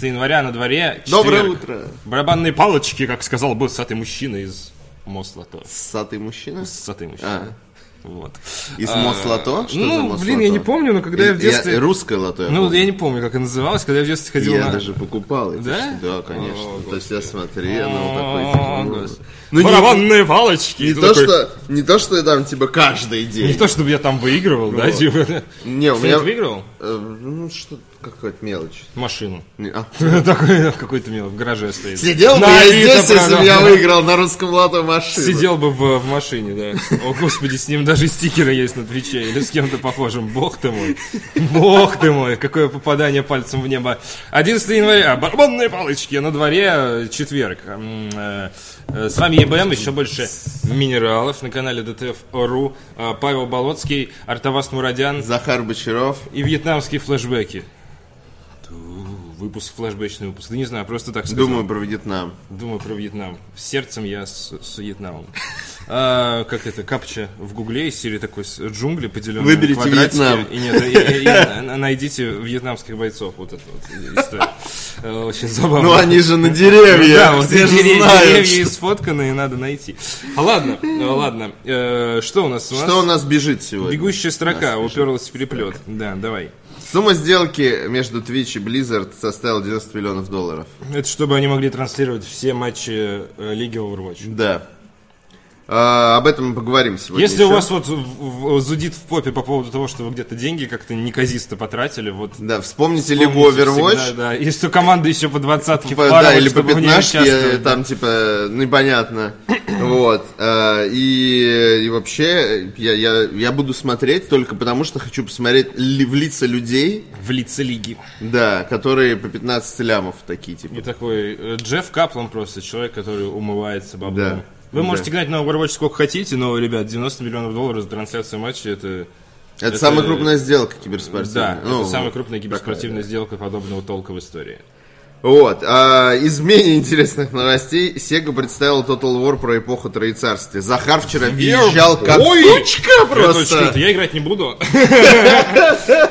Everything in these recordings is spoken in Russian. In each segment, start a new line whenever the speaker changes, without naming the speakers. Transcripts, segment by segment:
января на дворе. четверг.
Доброе утро!
Барабанные палочки, как сказал бы сатый мужчина из Мослото.
Ссатый мужчина?
Сатый мужчина.
А,
Вот.
из Мослото? Что за
а, Ну,
Мослото?
блин, я не помню, но когда я в детстве...
Русское лото, я
Ну,
помню.
я не помню, как она называлась, когда я в детстве ходил
Я
на...
даже покупал эти
Да?
штуки. Да, конечно.
О,
то есть я смотрел, ну,
О,
такой...
господи.
типа, ну, ну, не,
Барабанные палочки!
не
И ты
то,
такой,
что, не то, что я там, типа, каждый
Не
день.
то, чтобы я там выигрывал, да, типа, да?
Не, Ну, у
Ты не
меня...
выиграл?
э, ну, что какая-то мелочь.
Машину.
Не, а.
Такой какой-то милый в гараже стоит.
Сидел бы
На
я
Авито
здесь, если бы
продал.
я выиграл на русском лото машину.
Сидел бы в, в машине, да. О, господи, с ним даже стикеры есть на Твиче или с кем-то похожим. Бог ты мой. Бог ты мой. Какое попадание пальцем в небо. 11 января. Барабанные палочки. На дворе э, четверг. М, э, э, С вами ЕБМ. Еще больше минералов на канале ДТФ.ру. Э, Павел Болоцкий, Артавас Мурадян
Захар Бочаров.
и вьетнамские флешбеки. Ту, Выпуск, флешбэчный выпуск. Да не знаю, просто так сказал.
Думаю про Вьетнам.
Думаю про Вьетнам. Сердцем я с, с Вьетнамом. А, как это, капча в гугле из серии такой с- джунгли поделенные на
Выберите
квадратики.
Вьетнам.
И нет, и- и- и на- найдите вьетнамских бойцов. Вот это вот история. Э, Очень забавно.
Ну они же на деревьях,
Да, вот
все
эти
же
деревья,
знают.
деревья сфотканные, надо найти. А, ладно, э, ладно. Э, Что у нас? У
Что у
нас
нас бежит сегодня?
бегущая строка уперлась в переплет. Да, давай.
Сумма сделки между Twitch и Blizzard составила 90 миллионов долларов.
Это чтобы они могли транслировать все матчи э, Лиги Overwatch.
Да. А, об этом мы поговорим сегодня.
Если у
еще.
вас вот в- в- зудит в попе по поводу того, что вы где-то деньги как-то неказисто потратили, вот...
Да, вспомните либо
помните
Overwatch,
всегда, да, и что команда еще по двадцатке
типа,
впарывает,
да, или по
чтобы в ней
15,
участвовать.
там, типа, непонятно. Вот. А, И, и вообще, я, я, я буду смотреть только потому, что хочу посмотреть ли- в лица людей,
В лице лиги.
да, которые по 15 лямов такие,
И
типа.
такой э, Джефф Каплан просто, человек, который умывается баблом.
Да.
Вы
Да.
можете играть на Overwatch сколько хотите, но, ребят, 90 миллионов долларов за трансляцию матча, это...
Это, самая крупная сделка киберспортивная.
Да,
Ну,
это самая крупная гиперспортивная сделка подобного толка в истории.
Вот. а, из менее интересных новостей Sega представила Total War про эпоху Троецарствия. Захар вчера визжал как
Ой!
сучка
Я точно ну, это-
просто.
Я играть не буду.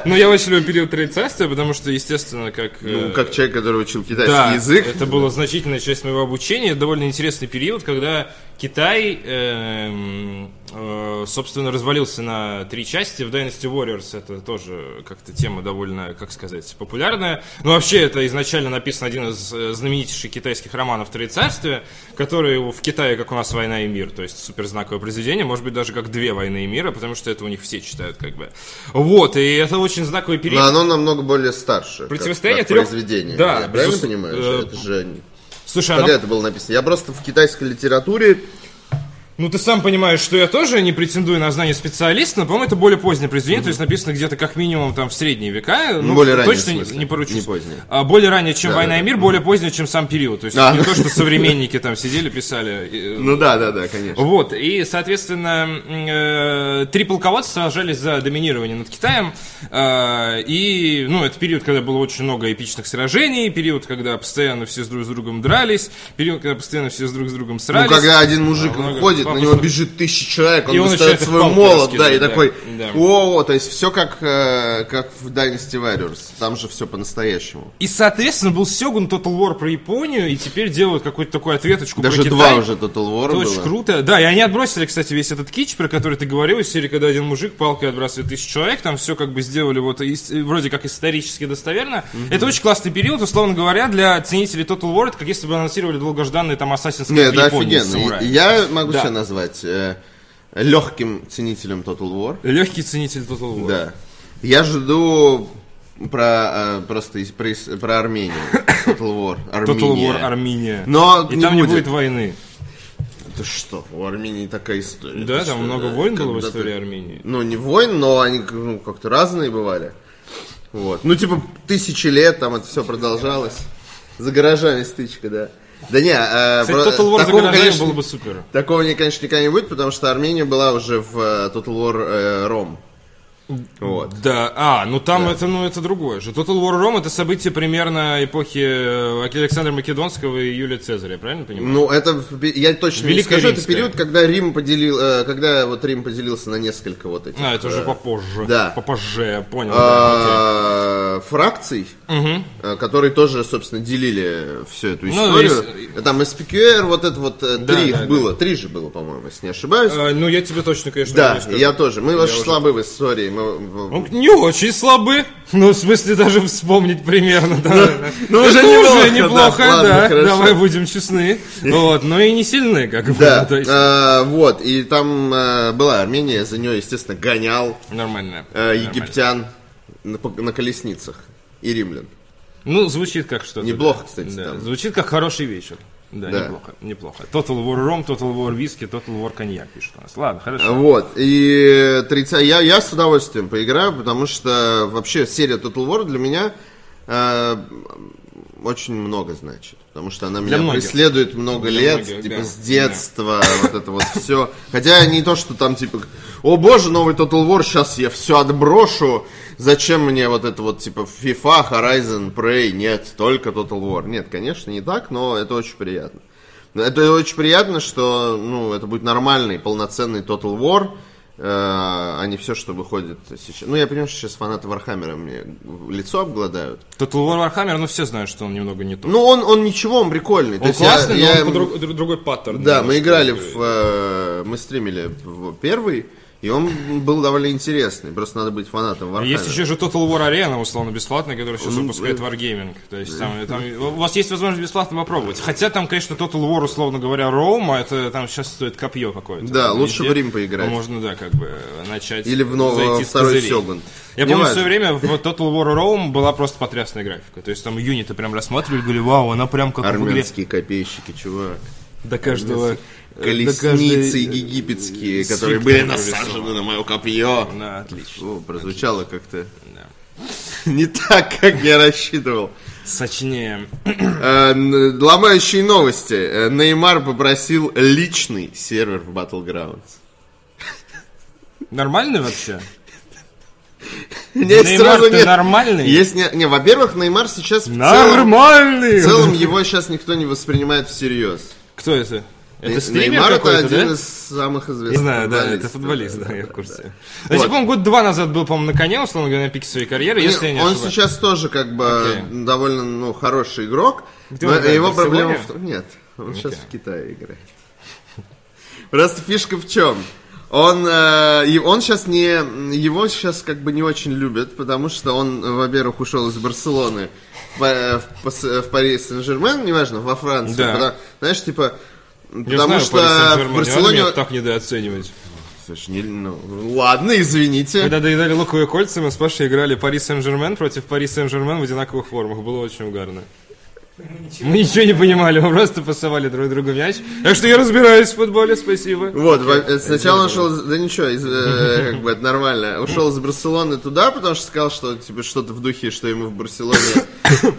Но я очень люблю период троицарствия, потому что, естественно, как...
Ну,
э,
как человек, который учил китайский
да,
язык.
это была значительная часть моего обучения. Это довольно интересный период, когда Китай, эм, э, собственно, развалился на три части. В Dynasty Warriors это тоже как-то тема довольно, как сказать, популярная. Но вообще это изначально написан один из э, знаменитейших китайских романов Троецарствия, который в Китае, как у нас «Война и мир», то есть суперзнаковое произведение, может быть, даже как «Две войны и мира», потому что это у них все читают как бы. Вот, и это очень знаковый период.
Но оно намного более старше. как-
Противостояние
как
трех-
произведение.
Да,
Я правильно
безус-
понимаю?
э,
Это же не-
Слушай, а
Когда
оно-
это было написано? Я просто в китайской литературе.
Ну, ты сам понимаешь, что я тоже не претендую на знание специалиста, но, по-моему, это более позднее произведение, то есть написано где-то как минимум там в средние века. Ну,
более раннее,
точно
в
не-
смысле.
не поручусь.
Не позднее.
А, более ранее, чем
Да,
«Война
да,
и мир», более позднее, чем сам период. То есть
Да.
не то, что современники там сидели, писали. э,
Ну да, да, да, конечно.
вот, и, соответственно, м, э, три полководца сражались за доминирование над Китаем. Э, И, ну, это период, когда было очень много эпичных сражений, период, когда постоянно все с друг с другом дрались, период, когда постоянно все с друг с другом
Ну,
срались.
когда один мужик
много-
выходит, на
папа
него
сразу-
бежит тысяча человек, он,
И он
достает
начинает их
свой
палкой
молот, да, и
раскидывать, да,
такой,
да.
о, то есть все как, э, как в Dynasty Warriors, там же все по-настоящему.
И, соответственно, был Сёгун Total War про Японию, и теперь делают какую-то такую ответочку
Даже
Ну, про Китай.
два уже Total War
Это
было.
очень круто. Да, и они отбросили, кстати, весь этот кич, про который ты говорил, из серии, когда один мужик палкой отбрасывает тысячу человек, там все как бы сделали вот ис- вроде как исторически достоверно. Это очень классный период, условно говоря, для ценителей Total War, это как если бы анонсировали долгожданный там Assassin's Creed
Не,
в
это
Японии с
офигенно.
самураем.
И- Я могу
Да.
себя назвать легким ценителем Total War.
Легкий ценитель Total War.
Да. Я жду про э, просто из- про, из- про Армению. Total War.
Total
Армения.
War Армения.
Но
и
не
там не
будет.
будет войны.
Это что? У Армении такая история.
Да,
Ты
там
что,
много
да,
войн было в
когда ты-
истории Армении.
Ну, не войн, но они ну, как-то разные бывали. Вот. Ну, типа, тысячи лет там это все продолжалось. За гаражами стычка, да. Да не, э,
Кстати,
про-
Total War за
такого,
гаражами
конечно,
было бы супер.
Такого, не- конечно, никогда не будет, потому что Армения была уже в э, Total War э, Ром. Вот.
Да, а, ну там это, ну это другое же. Total War Rome это событие примерно эпохи э, Александра Македонского и Юлия Цезаря, я правильно понимаю?
Ну, это в- я точно не
Великая
скажу. Это
Римская.
период, когда Рим поделил, э, когда вот Рим поделился на несколько вот этих.
А, это уже
э,
попозже.
да. А,
Попозже, я понял. да, окей.
э, э, фракций, э, которые тоже, собственно, делили всю эту
Ну,
историю. Там SPQR, вот это вот, э,
Да,
три
да,
их
да.
было, три же было, по-моему, если не ошибаюсь.
Э, ну, я тебе точно, конечно,
Да,
не скажу.
я тоже. Мы очень
уже-
слабы в истории. Мы-
Ну, не очень слабы. Ну, в смысле, даже вспомнить примерно. да.
ну,
Это
уже
уже
неплохо,
неплохо,
да. Ладно,
да.
хорошо.
Давай будем честны. Вот, но и не сильны, как бы.
Да,
ну, то есть
э, вот, и там э, была Армения, за нее, естественно, гонял
Нормально.
э,
Нормально.
египтян на, по- на колесницах и римлян.
Ну, звучит как что-то.
Неплохо,
да.
кстати,
Да,
там.
Звучит как хороший вечер. Да,
Да.
неплохо, неплохо. Total War Rum, Total War Whisky, Total War Коньяк пишет у нас. Ладно, хорошо.
Вот, и 30... я, я с удовольствием поиграю, потому что вообще серия Total War для меня э, очень много значит. Потому что она меня
многих.
преследует много
Для
лет,
многих,
типа
да.
с детства, вот это вот все. Хотя не то, что там типа, о боже, новый Total War, сейчас я все отброшу, зачем мне вот это вот типа FIFA, Horizon, Prey, нет, только Total War. Нет, конечно, не так, но это очень приятно. Но Это очень приятно, что ну, это будет нормальный, полноценный Total War, э, а не все, что выходит сейчас. Ну, я понимаю, что сейчас фанаты Вархаммера мне в лицо обгладают.
Total War Warhammer, ну все знают, что он немного не тот.
Ну, он, он ничего, он прикольный. То
Он
есть я-
классный, но
я-
он по друг- друг- другой паттерн.
Да, мы
немножко.
играли в... э, мы стримили в первый, и он был довольно интересный. Просто надо быть фанатом Вархаммера.
А Есть еще же Total War Arena, условно, бесплатная, которая сейчас выпускает Wargaming. То есть там, там- у вас есть возможность бесплатно попробовать. Хотя там, конечно, Total War, условно говоря, Рома, это там сейчас стоит копье какое-то.
Да,
Там
лучше
везде
в Рим поиграть.
Можно, да, как бы начать.
Или в нового-
зайти с
второй
козырей.
Сёгун.
Я
Не
помню, в
важно.
свое время в Total War Rome была просто потрясная графика. То есть там юниты прям рассматривали, говорили, вау, она прям как в игре. Э,
Армянские копейщики, чувак.
До каждого...
Колесницы
до каждой- э,
египетские,
с
которые
фиктами
были
нарисованы.
насажены на мое копье.
Да, отлично.
О, прозвучало как-то
Да.
не так, как я рассчитывал.
Сочнее.
Э, н- Ломающие новости. Э, Неймар попросил личный сервер в Battlegrounds.
Нормально вообще?
Нет,
Неймар,
сразу
ты
нет.
нормальный?
Есть не, не, во-первых, Неймар сейчас в целом,
Нормальный!
в целом его сейчас никто не воспринимает всерьез.
Кто это? Это
Ней-
стример
Неймар это
какой-то,
один
да?
из самых известных.
Не знаю, да, это
футболистов.
футболист, да, я в курсе.
да.
Значит,
Вот. Ну,
по-моему, год два назад был, по-моему, на коне, условно говоря, на пике своей карьеры, если я не
он
ошибаюсь.
сейчас тоже как бы
Окей.
довольно ну, хороший игрок.
Где
но
он играет?
его
В
проблема
Барселоне?
в том... Нет, он сейчас
Окей.
в Китае играет. Просто фишка в чем? Он, э, и он сейчас не... Его сейчас как бы не очень любят, потому что он, э, во-первых, ушел из Барселоны в, Па- в, Пас- э, в Париж Сен-Жермен, неважно, во Францию.
Да.
потому- знаешь, типа...
Я
Потому
знаю,
что
Paris Saint-Germain,
в
не надо
Барселоне...
меня так недооценивать.
Слушай, не- ну, ладно, извините.
Когда доедали луковые кольца, мы с Пашей играли Пари Сен-Жермен против Пари Сен-Жермен в одинаковых формах. Было очень угарно. Мы ничего не понимали, мы просто пасовали друг другу мяч. Так что я разбираюсь в футболе, спасибо.
Вот, во- э, сначала он ушел, из- да ничего, из, э, как бы это нормально, ушел из Барселоны туда, потому что сказал, что типа что-то в духе, что ему в Барселоне,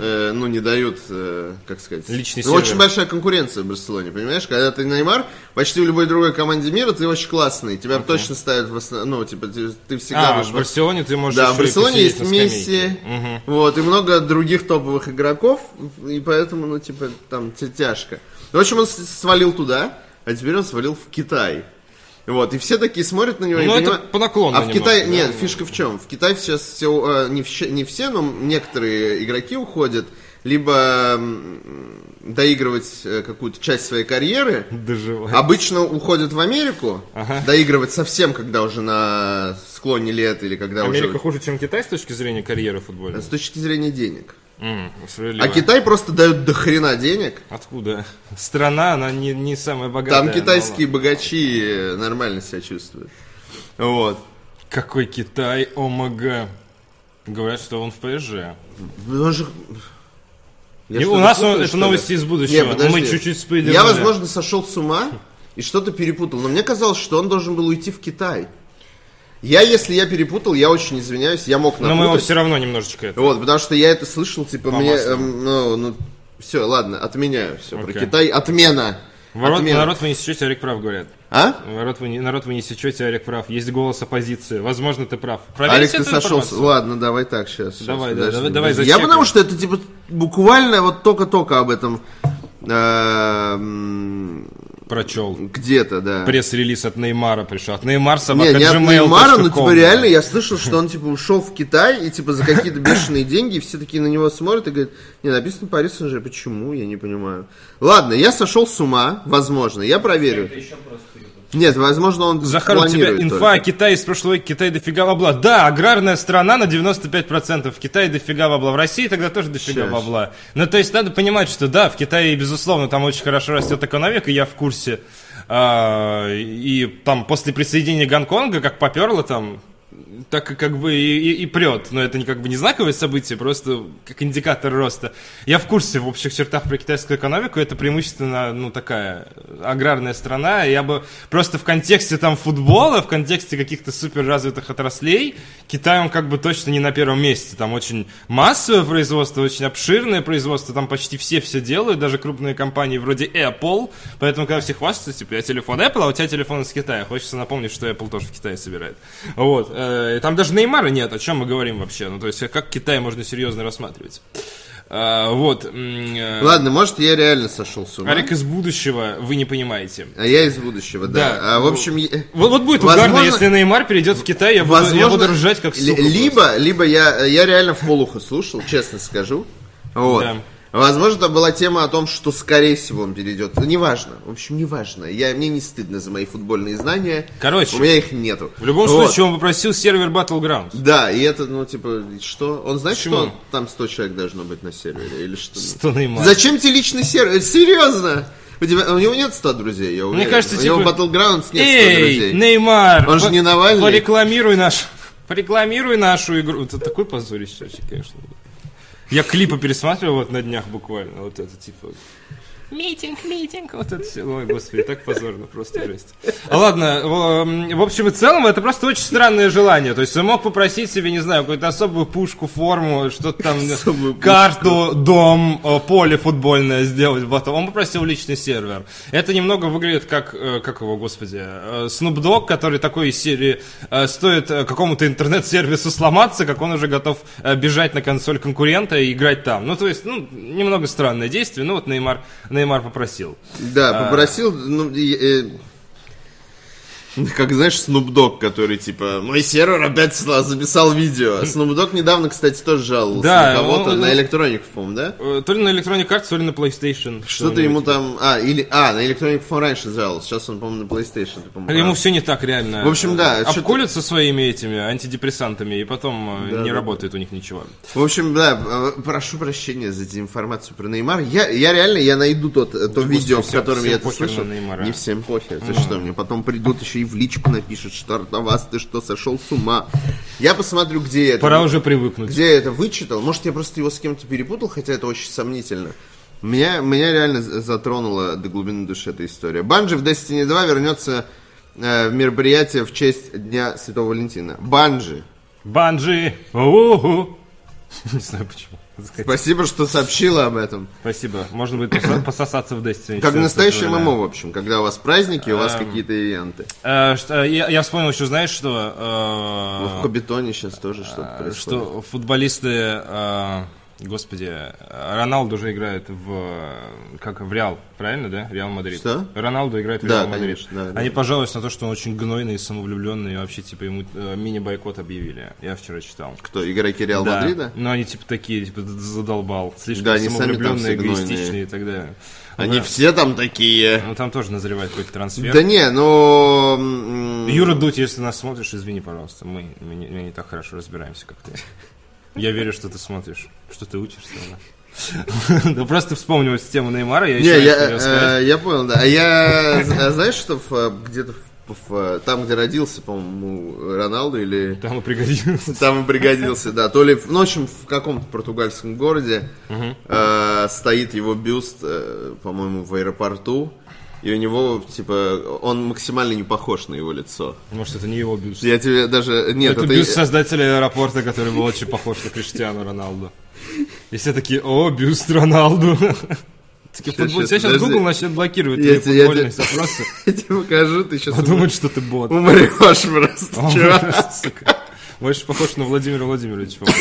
э, ну, не дают, э, как сказать.
Личный
ну,
сервер.
Очень большая конкуренция в Барселоне, понимаешь? Когда ты Неймар, почти в любой другой команде мира ты очень классный, тебя точно ставят в основном, ну, типа, ты, ты всегда
А,
будешь
в Барселоне ты можешь
да,
еще и
в Барселоне
посидеть
есть
на скамейке.
Месси,
Мгм.
вот, и много других топовых игроков, и поэтому, ну, типа, там те- тяжко. В общем, он с- свалил туда, а теперь он свалил в Китай. Вот, и все такие смотрят на него и
Ну, это
понимают-
по наклону
А в
немножко,
Китае,
да. ну.
нет, фишка в чем? В Китае сейчас все, э, не, вщ- не все, но некоторые игроки уходят, либо м, доигрывать э, какую-то часть своей карьеры, А,
Доживать.
Обычно уходят в Америку, доигрывать совсем, когда уже на склоне лет или когда
Америка
уже...
хуже, чем Китай с точки зрения карьеры в футболе.
С точки зрения денег.
М,
А
справедливо.
Китай просто дает до хрена денег.
Откуда? Страна, она не, не самая богатая.
Там
но
китайские
ну ладно.
богачи э, нормально себя чувствуют. Вот.
Какой Китай, ОМГ. Говорят, что он в ПСЖ.
Ну, же- Я
И
что-то
у нас
путаю,
он- это
что ли?
новости из
Не,
будущего.
подожди.
Мы чуть-чуть спойлернули.
Я, возможно, сошел с ума и что-то перепутал. Но мне казалось, что он должен был уйти в Китай. Я, если я перепутал, я очень извиняюсь, я мог
Но мы его
напутать.
все равно немножечко это.
Вот, потому что я это слышал, типа, мне...
маслу.
эм, ну, все, ладно, отменяю все про
Окей.
Китай. Отмена.
Ворот,
Отмена.
народ вы не сечете, Орик прав, говорят.
А?
Народ вы, не, народ вы не сечете, Орик прав. Есть голос оппозиции. Возможно, ты прав. Проверь
Арик,
всю эту
ты сошел. с-
информацию.
Ладно, давай так сейчас.
Давай, да, давай- давай
Я
зачекаем.
потому что это типа буквально вот только-только об этом эм,
прочел.
Где-то, да.
Пресс-релиз от Неймара пришел. От Неймар
Не,
собака
не от
gmail.com.
Неймара, но типа реально я слышал, что он типа ушел в Китай и типа за какие-то бешеные деньги и все такие на него смотрят и говорят, не, написано Парис Сен-Жермен». почему, я не понимаю. Ладно, я сошел с ума, возможно, я проверю. Нет, возможно, он
Захар, у тебя
планирует
инфа
только.
о Китае из прошлого века. Китай дофига бабла. Да, аграрная страна на 95%. В Китае дофига бабла. В России тогда тоже дофига
Щас.
бабла. Ну, то есть надо понимать, что да, в Китае, безусловно, там очень хорошо растет экономика, я в курсе. А, и там после присоединения Гонконга, как поперло там, так и как бы и, и- и прет. Но это не как бы не знаковое событие, просто как индикатор роста. Я в курсе в общих чертах про китайскую экономику. Это преимущественно, ну, такая аграрная страна. Я бы просто в контексте там футбола, в контексте каких-то суперразвитых отраслей, Китай, он как бы точно не на первом месте. Там очень массовое производство, очень обширное производство. Там почти все все делают, даже крупные компании вроде Apple. Поэтому, когда все хвастаются, типа, я телефон Apple, а у тебя телефон из Китая. Хочется напомнить, что Apple тоже в Китае собирает. Вот. Э, и Там даже Неймара нет, о чем мы говорим вообще. Ну, то есть, как Китай можно серьезно рассматривать? А, Вот. м, э,
Ладно, может, я реально сошел с ума.
Арик из будущего, вы не понимаете.
А я из будущего, да.
Да.
А, в общем, я-
Вот, вот будет
Возможно-
угарно, если Неймар перейдет в Китай, я буду, я буду ржать как
ли-
сука. просто.
либо, либо я, я реально в полухо слушал, честно скажу. Вот.
Да.
Возможно, там была тема о том, что скорее всего он перейдет. Ну, неважно. В общем, неважно. Я, мне не стыдно за мои футбольные знания.
Короче.
У меня их нету.
В любом
Вот.
случае, он попросил сервер Battlegrounds.
Да, и это, ну, типа, что? Он знает,
Почему?
что он- там 100 человек должно быть на сервере? Или что?
Что Неймар?
Зачем тебе личный сервер? Серьезно? У, тебя- у него нет 100 друзей, я уверен.
кажется,
у него
типа,
Battlegrounds нет 100
Эй,
друзей.
Неймар!
Он же
по-
не Навальный.
Порекламируй наш... Порекламируй нашу игру. Это такой позорище, вообще, конечно. Я клипы пересматривал вот на днях буквально. Вот это типа... Митинг, митинг, вот это все. Ой, господи, так позорно, просто жесть. А ладно, в м, в общем и целом, это просто очень странное желание. То есть он мог попросить себе, не знаю, какую-то особую пушку, форму, что-то там,
Особую пушку.
карту, дом, э, поле футбольное сделать. Вот. Он попросил личный сервер. Это немного выглядит как, э, как его, господи, э, Snoop Dogg, который такой из серии э, стоит э, какому-то интернет-сервису сломаться, как он уже готов э, бежать на консоль конкурента и играть там. Ну, то есть, ну, немного странное действие. Ну, вот Неймар, Неймар попросил.
Да, попросил, ну, и, э, ну, как знаешь, Снупдог, который типа, мой сервер опять сла- записал видео. Снупдог недавно, кстати, тоже жаловался
Да,
на кого-то,
он-
на электроников, по-моему, да?
Э, То ли на Electronic Arts, то ли на PlayStation.
Что-то ему там... А, или... А, на электроников он раньше жаловался, сейчас он, по-моему, на PlayStation. ты, по-моему,
Ему
прав.
все не так реально.
В общем, да, что-то-
Обколются своими этими антидепрессантами, и потом э,
Да,
не
да,
работает у них ничего.
В общем, да, э, прошу прощения за информацию про Неймара. Я, я реально, я найду тот, э, то видео, в
всем-
котором
всем
я это
похер на
слышал.
Неймара.
Не всем похер, ты что, мне потом придут еще и в личку напишут, что Артавас, ты что, сошел с ума. Я посмотрю, где я это.
Пора уже привыкнуть.
Где я это вычитал? Может, я просто его с кем-то перепутал, хотя это очень сомнительно. Меня, меня реально з- затронула до глубины души эта история. Банжи в Destiny 2 вернется э, в мероприятие в честь Дня Святого Валентина. Банжи.
Банджи! Уху! Не знаю почему.
Спасибо, что сообщила об этом.
Спасибо. Можно будет поса- пососаться в Destiny.
Как
Всё,
настоящее
поздравляю.
ММО, в общем, когда у вас праздники, у
Эм,
вас какие-то ивенты.
Э, что- Я я вспомнил еще, знаешь, что...
В
э,
Хоббитоне сейчас тоже что-то происходит.
Что футболисты... э, Господи, э, Роналду же играет в... э, Как в Реал, правильно, да? Реал Мадрид.
Что?
Роналду играет в
Да,
Реал Мадрид.
конечно, да, да.
Они пожаловались на то, что он очень гнойный и самовлюбленный, и вообще, типа, ему э, мини-бойкот объявили. Я вчера читал.
Кто, игроки Реал
Да.
Мадрида?
Ну, они типа такие, типа, задолбал. Слишком
Да, они сами
самовлюбленные,
там все гнойные.
эгоистичные и так далее.
Они
Да.
все там такие.
Ну, там тоже назревает какой-то трансфер.
Да не, ну... м,
Юра Дудь, если нас смотришь, извини, пожалуйста. Мы, мы не, мы не так хорошо разбираемся, как ты. Я верю, что ты смотришь, что ты учишься у нас. Да Ну, просто вспомнилась тема Неймара, я
Не,
еще раз хотел
я,
сказать.
э, я понял, да. А я, а знаешь, что в, э, где-то в- в, э, там, где родился, по-моему, Роналду или...
Там и пригодилось.
Там и пригодился, да. То ли, в- ну, в общем, в каком-то португальском городе э, стоит его бюст, э, по-моему, в аэропорту. И у него, типа, он максимально не похож на его лицо.
Может, это не его бюст.
Я тебе даже... Нет,
Это
это...
бюст создателя аэропорта, который был очень похож на Криштиану Роналду. И все такие, о, бюст Роналду. Такие,
Щас,
футбол-
щас,
Тебя сейчас
подожди.
Google начнет блокировать
Я
твои
тебе- я
футбольные
тебе-
запросы.
Я тебе покажу, ты сейчас
Подумают, что ты бот.
умрешь просто,
Он
чувак.
уже, сука, Больше похож на Владимира Владимировича. по-моему.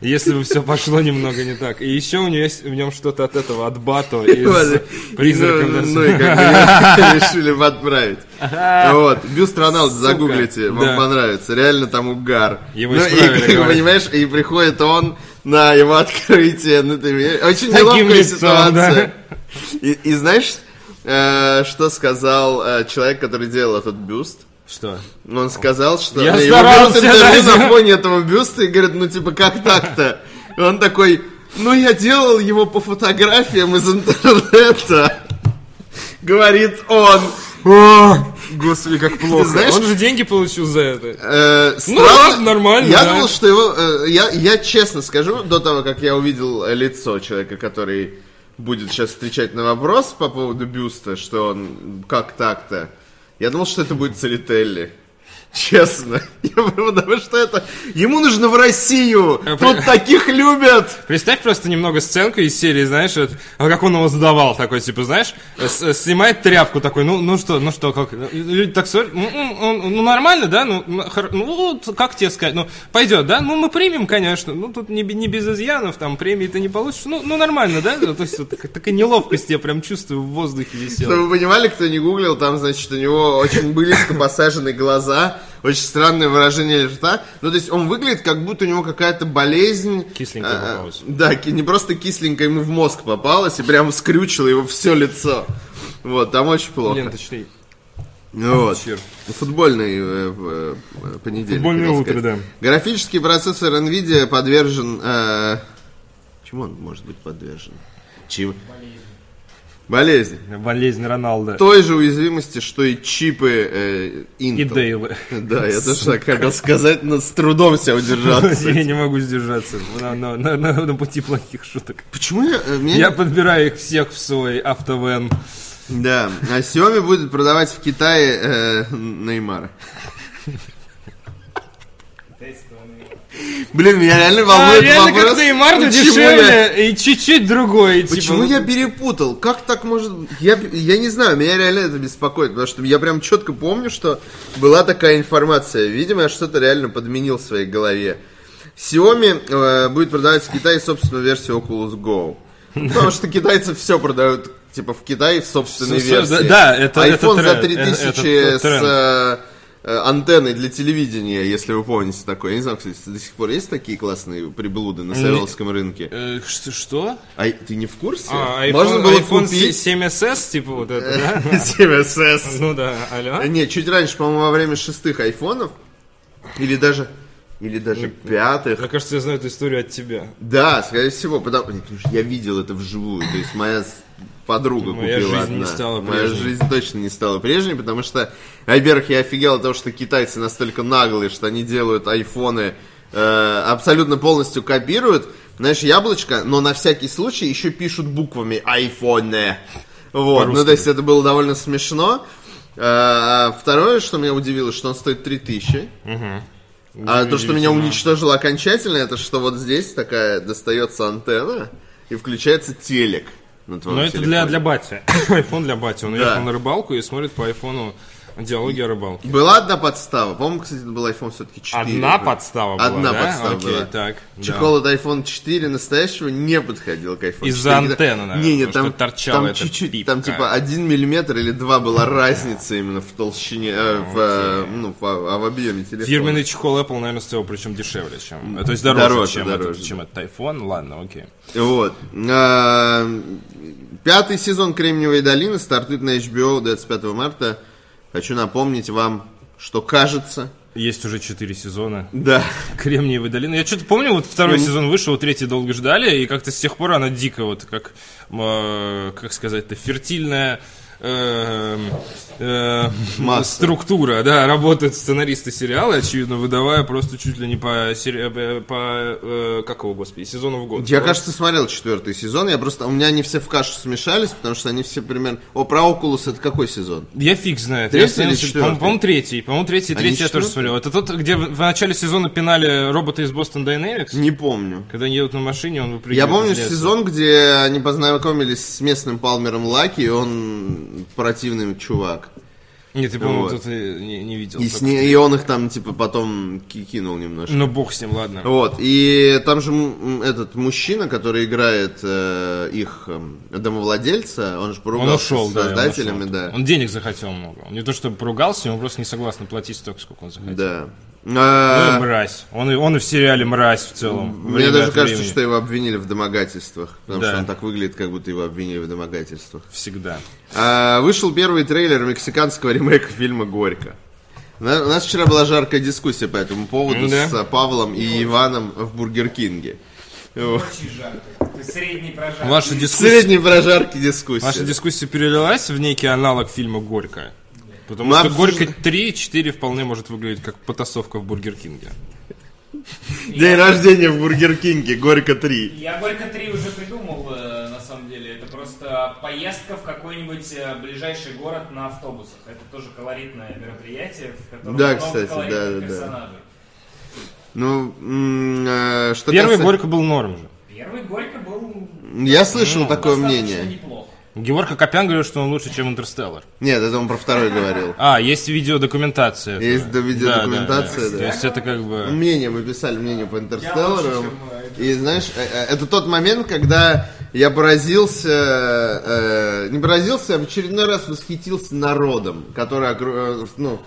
если бы все пошло немного не так. И еще у нее есть в нем что-то от этого, от Бато из призраков.
Ну, ну и как бы решили бы отправить. Вот, бюст Роналду загуглите,
Да.
вам понравится. Реально там угар.
Его
Ну, и,
исправили,
как бы,
говорят.
понимаешь, и приходит он на его открытие. Ну, ты мне- Очень
таким
неловкая
лицом,
ситуация. И, и знаешь, э, что сказал э, человек, который делал этот бюст?
Что?
Он сказал, что
Я
его
старался,
берут интервью
да.
на фоне этого бюста и говорят, ну типа как так-то? И Он такой, ну я делал его по фотографиям из интернета. Говорит он. ну,
Господи, как
плохо.
Он же деньги получил за это.
Э,
Ну
странно.
ладно, нормально,
Я
да.
думал, что его... э, я, я честно скажу, до того, как я увидел э, лицо человека, который будет сейчас встречать на вопрос по поводу бюста, что он как так-то, я думал, что это будет Солителли. Честно. Я думал, потому что это... Ему нужно в Россию.
Я
Тут таких любят.
Представь просто немного сценку из серии, знаешь, вот, а как он его задавал, такой, типа, знаешь, с- э, снимает тряпку такой, ну, ну что, ну что, как, э, люди так смотрят, «М, м, он- ну, нормально, да, ну, м, хор- ну, вот, как тебе сказать, ну, пойдет, да, ну, мы примем, конечно, ну, тут не, бе- не без изъянов, там, премии ты не получишь, ну, ну, нормально, да, Ну, то есть, вот, так- такая неловкость я прям чувствую в воздухе
Чтобы
висела.
вы понимали, кто не гуглил, там, значит, у него очень близко посажены глаза, очень странное выражение рта. Ну, то есть он выглядит, как будто у него какая-то болезнь.
Кисленько
А, а,
попалась.
Да, ки- не просто кисленько ему в мозг попалась и прям скрючило его все лицо. Вот, там очень плохо.
Ленточный.
Ну вот.
Черт.
Футбольный э, в- э, понедельник.
Футбольное
хотел
утро,
сказать.
да.
Графический процессор NVIDIA подвержен... э, чему он может быть подвержен? Чем? Болезнь
Болезнь Роналда.
той же уязвимости, что и чипы э, Intel.
И Дейлы.
Да, я тоже так хотел сказать, но с трудом себя удержаться.
Я не могу сдержаться на- на- на- на на пути плохих шуток.
Почему я... э, меня
Я
не-
подбираю их всех в свой автовен.
Да, а Xiaomi будет продавать в Китае э, Неймара. Блин, меня реально волнует вопрос,
А, Неймар, но
почему я-
и чуть-чуть другой. типа,
Почему
ну,
я перепутал? Как так может... быть? Я, я не знаю, меня реально это беспокоит, потому что я прям четко помню, что была такая информация. Видимо, я что-то реально подменил в своей голове. Xiaomi э, будет продавать в Китае собственную версию Oculus Go. Ну, Потому что китайцы все продают, типа, в Китае в собственной
Со- со-
версии.
да, это- это
iPhone за
тренд, э,
3000
это
с
тренд.
э, э, антенной для телевидения, если вы помните такое. Я не знаю, кстати, до сих пор есть такие классные приблуды на савеловском рынке?
э, ш- Что?
А ты не в курсе?
А, iPhone-
Можно было
iPhone
купить
7s, типа вот это, да?
7SS.
Ну да, алло.
Не, чуть раньше, по-моему, во время шестых айфонов, или даже, или даже пятых.
Мне кажется, я знаю эту историю от тебя.
Да, скорее всего, потому нет, потому что я видел это вживую, то есть моя с- подруга
Моя
купила
жизнь не
одна.
стала
моя
прежней.
жизнь точно не стала прежней, потому что, во-первых, я офигел от того, что китайцы настолько наглые, что они делают айфоны, э, абсолютно полностью копируют, знаешь, яблочко, но на всякий случай еще пишут буквами айфоны. Вот, ну то есть это было довольно смешно. А, второе, что меня удивило, что он стоит 3000. А то, что меня уничтожило окончательно, это что вот здесь такая достается антенна и включается телек. на твоем
Но Ну, это для,
телефоне.
для бати. iPhone для бати. Он
Да.
ехал на рыбалку и смотрит по айфону диалоги о рыбалке.
Была одна подстава. По-моему, кстати, это был iPhone все-таки 4.
Одна подстава была,
Одна
да?
подстава
Окей,
была.
так, да.
Чехол от iPhone 4 настоящего не подходил к iPhone
Из-за
4.
антенны, наверное,
Не, не,
потому
там,
что торчала
там
эта
чуть-чуть,
пипка.
там типа 1 миллиметр или 2 была разница именно в толщине, э, в, э, ну, в, а в объеме телефона.
Фирменный чехол Apple, наверное, стоил причем дешевле, чем... э, То есть дороже,
Дороже,
чем,
дороже,
Этот, чем этот iPhone. Ладно, окей.
Вот. А, Пятый сезон «Кремниевой долины» стартует на HBO 25 марта. Хочу напомнить вам, что кажется...
Есть уже четыре сезона.
Да.
Кремниевой долины. Я что-то помню, вот второй сезон вышел, третий долго ждали, и как-то с тех пор она дико вот как, э, как сказать-то, фертильная э, э,
Масса.
структура, да, работают сценаристы сериала, очевидно, выдавая просто чуть ли не по, сери- э, по э, какого, господи, сезону в год.
Я, кажется, смотрел четвертый сезон. Я просто... У меня они все в кашу смешались, потому что они все примерно... О, про Окулус это какой сезон?
Я фиг знает.
Третий
Я остановился-
или четвертый?
по-моему, по-моему, третий. По-моему, третий,
А не
третий я тоже
четвертый?
смотрел. Это тот, где в в начале сезона пинали робота из Boston Dynamics.
Не помню.
Когда они едут на машине, он выпрыгивает.
Я помню
из леса.
сезон, где они познакомились с местным Палмером Лаки, и он противный чувак.
Нет, ты, по-моему,
Вот.
тут и не, не видел.
И, с
только
ней- и он их там, типа, потом ки- кинул
что.
немножко.
Ну, бог с ним, ладно.
Вот, и там же м, м, этот мужчина, который играет э, их эм, домовладельца, он же
Он
поругался
ушел,
с
да. и он
создателями,
ушел.
да.
Он денег захотел много. Он не то, что поругался, он просто не согласен платить столько, сколько он захотел.
Да.
Ну
А,
и мразь. Он, и- он и в сериале мразь в целом.
Мне
Время
даже
от
кажется,
времени.
что его обвинили в домогательствах, потому
Да.
что он так выглядит, как будто его обвинили в домогательствах.
Всегда.
А, вышел первый трейлер мексиканского ремейка фильма «Горько». На- У нас вчера была жаркая дискуссия по этому поводу
М-да.
с а, Павлом и Иваном в Бургер Кинге. Вот.
Очень жарко. Ты средний прожарка.
Ваша дискуссия,
Средней прожарки дискуссии.
ваша дискуссия перелилась в некий аналог фильма «Горько». Потому
Мы
что
обсуж-
«Горько 3-4 вполне может выглядеть как потасовка в Бургер Кинге.
День рождения в Бургер Кинге, Горько 3.
Я Горько 3 уже придумал, э, на самом деле. Это просто поездка в какой-нибудь э, ближайший город на автобусах. Это тоже колоритное мероприятие, в котором
Да,
много
кстати,
колоритных
да, да, да.
персонажей.
Ну, м, э, что
Первый
касается-
«Горько» был норм же.
Первый Горько был
Я
Ну,
слышал такое
достаточно
мнение.
неплох.
Георг Акопян говорил, что он лучше, чем «Интерстеллар».
Нет, это он про второй говорил.
А, есть видеодокументация. этого.
Есть до- видеодокументация, да.
То есть это как бы...
Мнение мы писали, мнение по
Я
Интерстеллару.
лучше, чем, э,
И знаешь, э, э, это тот момент, когда я поразился, э, не поразился, а в очередной раз восхитился народом, который, окру- э, ну,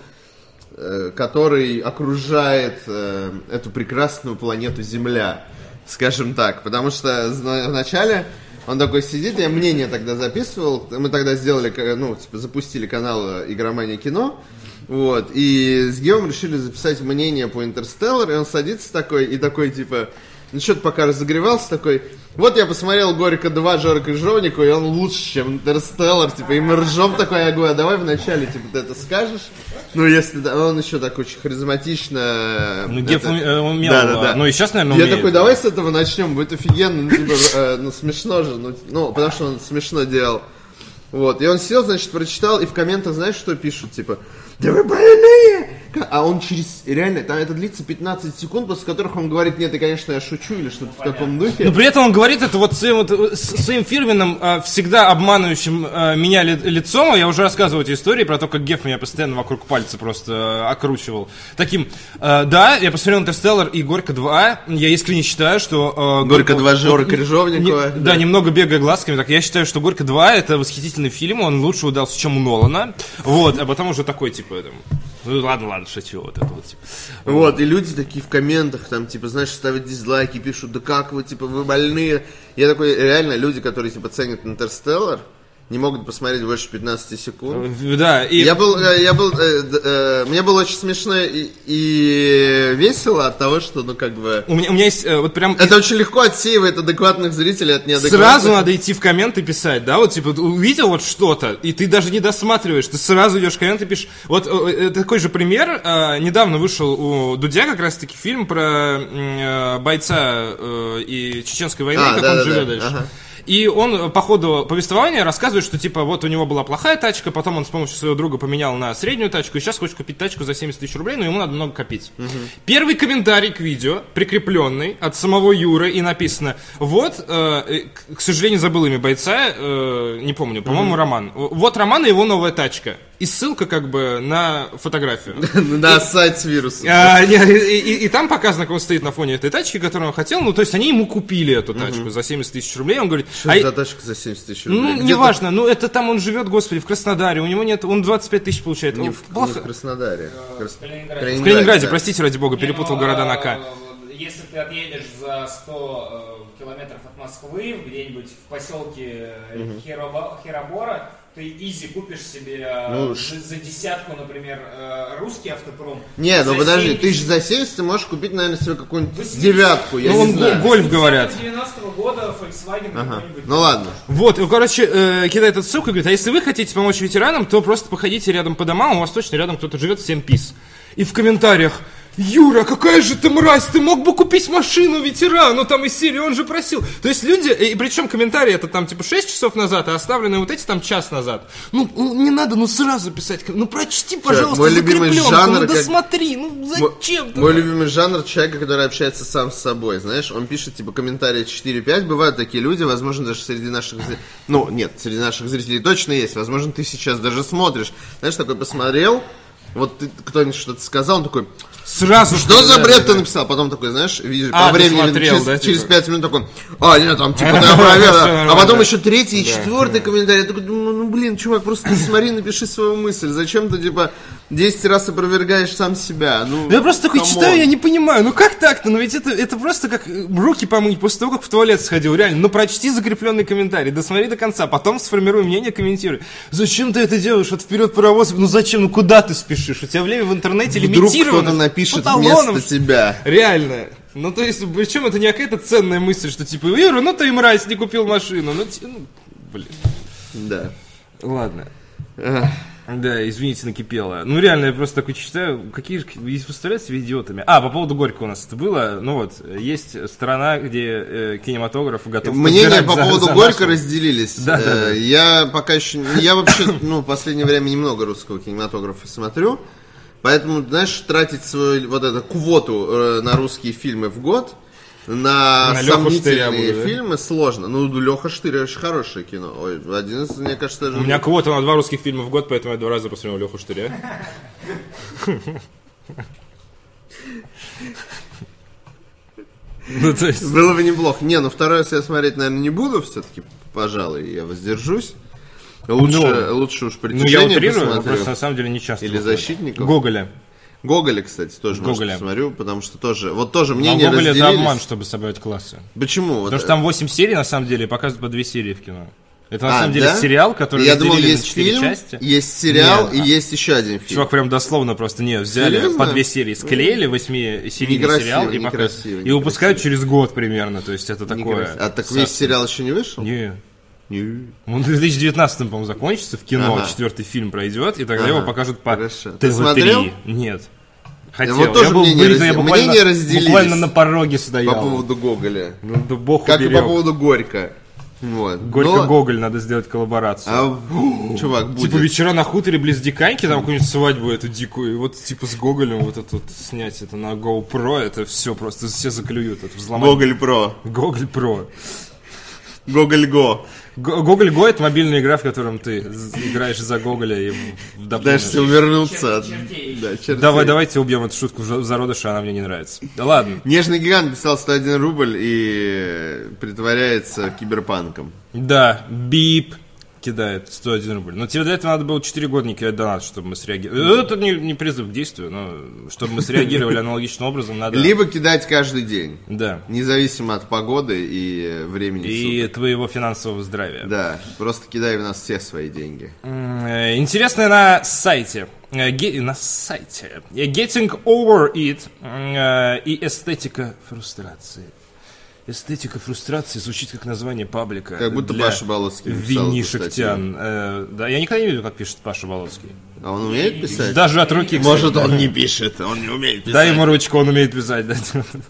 э, который окружает э, эту прекрасную планету Земля, скажем так. Потому что зна- вначале он такой сидит, я мнение тогда записывал, мы тогда сделали, ка- ну, типа, запустили канал э, «Игромания кино», вот, и с Геом решили записать мнение по «Интерстеллар», и он садится такой, и такой, типа, ну, что-то пока разогревался, такой, вот я посмотрел «Горько 2» Жора Крыжовнику, и он лучше, чем «Интерстеллар», типа, и мы ржем такой, я говорю, а давай вначале, типа, ты это скажешь, ну, если, да, он еще так очень харизматично...
Ну,
это-
Геф уме- э, умел.
Да, да,
а,
да.
Ну и сейчас, наверное,
я
умеет.
такой, давай с этого начнем, будет офигенно, ну, типа, э, ну, смешно же, ну, ну, потому что он смешно делал. Вот, и он сел, значит, прочитал, и в комментах, знаешь, что пишут, типа, да вы больные! Ка- А он через, реально, там это длится 15 секунд, после которых он говорит, нет, и, конечно, я шучу, или что-то в таком
Но
духе.
при этом он говорит это вот своим, вот, э, с- своим фирменным, э, всегда обманывающим э, меня ли- лицом. Я уже рассказывал эти истории про то, как Геф меня постоянно вокруг пальца просто э, окручивал. Таким, э, да, я посмотрел «Интерстеллар» и «Горько 2». Я искренне считаю, что... э,
«Горько 2» Жоры Крыжовникова.
Не- да, немного бегая глазками. Так, я считаю, что «Горько 2» — это восхитительный фильм. Он лучше удался, чем у Нолана. Вот, а потом уже такой, типа, там, ну ладно, ладно, шучу. Вот это вот, типа.
Вот, и люди такие в комментах, там, типа, знаешь, ставят дизлайки, пишут, да как вы, типа, вы больные. Я такой, реально, люди, которые, типа, ценят «Интерстеллар», не могут посмотреть больше 15 секунд.
Э, В- Да, и...
Я был, э, я был, э, д- э, мне было очень смешно и, и весело от того, что, ну как бы,
У меня, у меня есть э, вот прям...
это очень легко отсеивает адекватных зрителей от неадекватных.
Сразу надо идти в комменты писать, да, вот типа ты увидел вот что-то, и ты даже не досматриваешь, ты сразу идешь в комменты и пишешь. Вот э, э, такой же пример, э, недавно вышел у Дудя как раз-таки фильм про м, э, бойца э, и чеченской войны,
А,
как он
да-да-да,
живет дальше.
ага.
И он э, по ходу повествования рассказывает, что типа вот у него была плохая тачка, потом он с помощью своего друга поменял на среднюю тачку, и сейчас хочет купить тачку за 70 тысяч рублей, но ему надо много копить. Первый комментарий к видео, прикрепленный от самого Юры, и написано, вот, э, э, к- к сожалению, забыл имя бойца, э, не помню, по-моему, Роман. Вот Роман и его новая тачка. И ссылка как бы на фотографию.
На сайт с вирусом.
А, не, и, и- и там показано, как он стоит на фоне этой тачки, которую он хотел. Ну, то есть они ему купили эту тачку за 70 тысяч рублей. Он говорит,
Что
«А
это
я-
за тачка за 70 тысяч рублей?
ну,
Где-то
неважно, ну это там он живет, господи, в Краснодаре, у него нет, он 25 тысяч получает.
Не
Он
в,
плохо-
не Ну, в Краснодаре. Крас-
в Калининграде.
В Калининграде,
да.
простите, ради бога,
Не,
перепутал
ну,
города
а,
на К.
Если ты отъедешь за 100 э, километров от Москвы, где-нибудь в поселке э, Хероба- Херобора, ты изи купишь себе э,
Ну,
за-
ш-
за десятку, например, э, русский автопром.
Не, ну
За
подожди,
70.
ты же за 70 ты можешь купить, наверное, себе какую-нибудь
80.
девятку, я
Ну,
не
он
знаю.
гол- Гольф, говорят.
90-го года Volkswagen
Ага.
какой-нибудь.
Ну ладно.
Вот, и, короче, э, кидает эту ссылку и говорит, а если вы хотите помочь ветеранам, то просто походите рядом по домам, у вас точно рядом кто-то живет, всем пис. И в комментариях, Юра, какая же ты мразь, ты мог бы купить машину ветерану там из серии, он же просил. То есть люди, и причем комментарии это там типа 6 часов назад, а оставленные вот эти там час назад. Ну, ну, не надо, ну сразу писать, ну прочти, пожалуйста,
мой любимый
закрепленку,
жанр,
ну
как-
досмотри, ну
Мо-
зачем ты?
Мой любимый жанр человека, который общается сам с собой. Знаешь, он пишет типа комментарии 4-5. Бывают такие люди, возможно, даже среди наших зрителей. Ну, нет, среди наших зрителей точно есть. Возможно, ты сейчас даже смотришь. Знаешь, такой посмотрел. Вот ты- кто-нибудь что-то сказал, он такой,
Сразу
что
же,
за
да,
бред
да,
ты написал? Потом такой, знаешь, видишь,
А,
по
ты
времени
смотрел,
через,
да, типа?
через 5 минут такой, а, нет, там, типа, да,
Всё
проверил.
нормально.
А потом еще третий и
Да,
четвертый комментарий. Я такой думаю, ну, блин, чувак, просто смотри, напиши свою мысль. Зачем ты, типа, 10 раз опровергаешь сам себя? Ну,
Да Я просто такой
камон.
читаю, я не понимаю, ну как так-то? Ну ведь это, это просто как э, руки помыть после того, как в туалет сходил, реально. Ну прочти закрепленный комментарий, досмотри до конца, потом сформируй мнение, комментируй. Зачем ты это делаешь? Вот вперед паровоз, ну зачем? Ну куда ты спешишь? У тебя время в интернете
Вдруг
лимитировано.
кто-то напишет
по талонам,
вместо тебя.
Реально. Ну, то есть, причем это не какая-то ценная мысль, что типа, Юра, ну ты и мразь, не купил машину. Ну, ти- ну, блин.
Да.
Ладно.
Эх.
Да, извините, накипело. Ну, реально, я просто такой читаю, какие же и представляют себя идиотами. А, по поводу Горького у нас это было. Ну вот, есть страна, где э, кинематограф готов
Мнения
подбирать
по
за-
поводу
за
Горько
наши.
разделились.
Да,
Э,
да, да.
Я пока еще... Я вообще, ну, в последнее время немного русского кинематографа смотрю. Поэтому, знаешь, тратить свою вот эту квоту э, на русские фильмы в год на,
На Лёху Штыря
сомнительные
буду, да?
фильмы сложно. Ну, Леха Штырь очень хорошее кино. Ой, один из, мне кажется, даже...
У меня квота на два русских фильма в год, поэтому я два раза посмотрел Леху Штыря. Ну, то есть...
Было бы неплохо. Не, ну второй раз я смотреть, наверное, не буду все-таки. Пожалуй, я воздержусь. Лучше,
Ну,
лучше уж
Ну, я
притяжение
утрирую, но
посмотрю.
просто на самом деле не часто.
Или
выходит.
«Защитников».
Гоголя.
Гоголя, кстати, тоже может,
Гоголя.
смотрю, потому что тоже, вот тоже
Но
мнение
Гоголя это
разделились.
обман, чтобы собрать классы.
Почему? Вот,
Потому что там 8 серий, на самом деле, и показывают по 2 серии в кино. Это на
а,
самом деле
да?
сериал, который
Я думал,
разделили на
есть
4
фильм,
части.
есть сериал
Нет,
и
а-
есть еще один фильм.
Чувак прям дословно просто не взяли
Серьезно?
по две серии, склеили восьмисерийный
Некрасиво,
сериал и
некрасиво,
показывают. И
некрасиво.
выпускают через год примерно, то есть это такое.
Некрасиво. А так
Сас-
весь сериал еще не вышел?
Не.
Не.
Он в 2019 по-моему, закончится, в кино
Ага.
четвертый фильм пройдет, и тогда
Ага.
его покажут по
Хорошо.
ТВ3.
Ты смотрел?
Нет. Хотел.
вот тоже
я был
мнения
блин,
разделились.
я буквально,
Мнения разделились.
буквально на пороге стоял.
По поводу Гоголя.
Ну, да бог
Как и
уберег.
по поводу Горько. Вот.
Горько
Но-
Гоголь надо сделать коллаборацию.
А, в- чувак, будет.
Типа вечера на хуторе близ Диканьки, там какую-нибудь свадьбу эту дикую, и вот типа с Гоголем вот это вот снять это на GoPro, это все просто все заклюют, это взломать.
Гоголь Про.
Гоголь Про.
Гоголь Го.
Го- Гоголь Го это мобильная игра, в котором ты з- играешь за Гоголя и в- в дополнение.
Дашься увернуться. от-
Чертей.
Да, чертей.
Давай, давайте убьем эту шутку в за- в зародыше, она мне не нравится. Да ладно.
Нежный гигант писал 101 рубль и притворяется киберпанком.
Да, бип кидает 101 рубль. Но тебе для этого надо было 4 года не кидать донат, чтобы мы среагировали. Это не, не призыв к действию, но чтобы мы среагировали аналогичным образом, надо...
Либо кидать каждый день.
Да.
Независимо от погоды и э, времени
И твоего финансового здравия.
суток. Да, просто кидай в нас все свои деньги.
М, э, Интересное на сайте. Э, ге- На сайте. Э, Getting over it м, э, и эстетика фрустрации. Эстетика фрустрации звучит как название паблика.
Как будто
для
Паша Болоцкий написал эту
Винишектян. Э, Да, я никогда не видел, как пишет Паша Волоцкий.
А он умеет писать?
Даже от руки. кстати.
Может, он не пишет, он не умеет писать.
Да, ему ручку, он умеет писать. Да.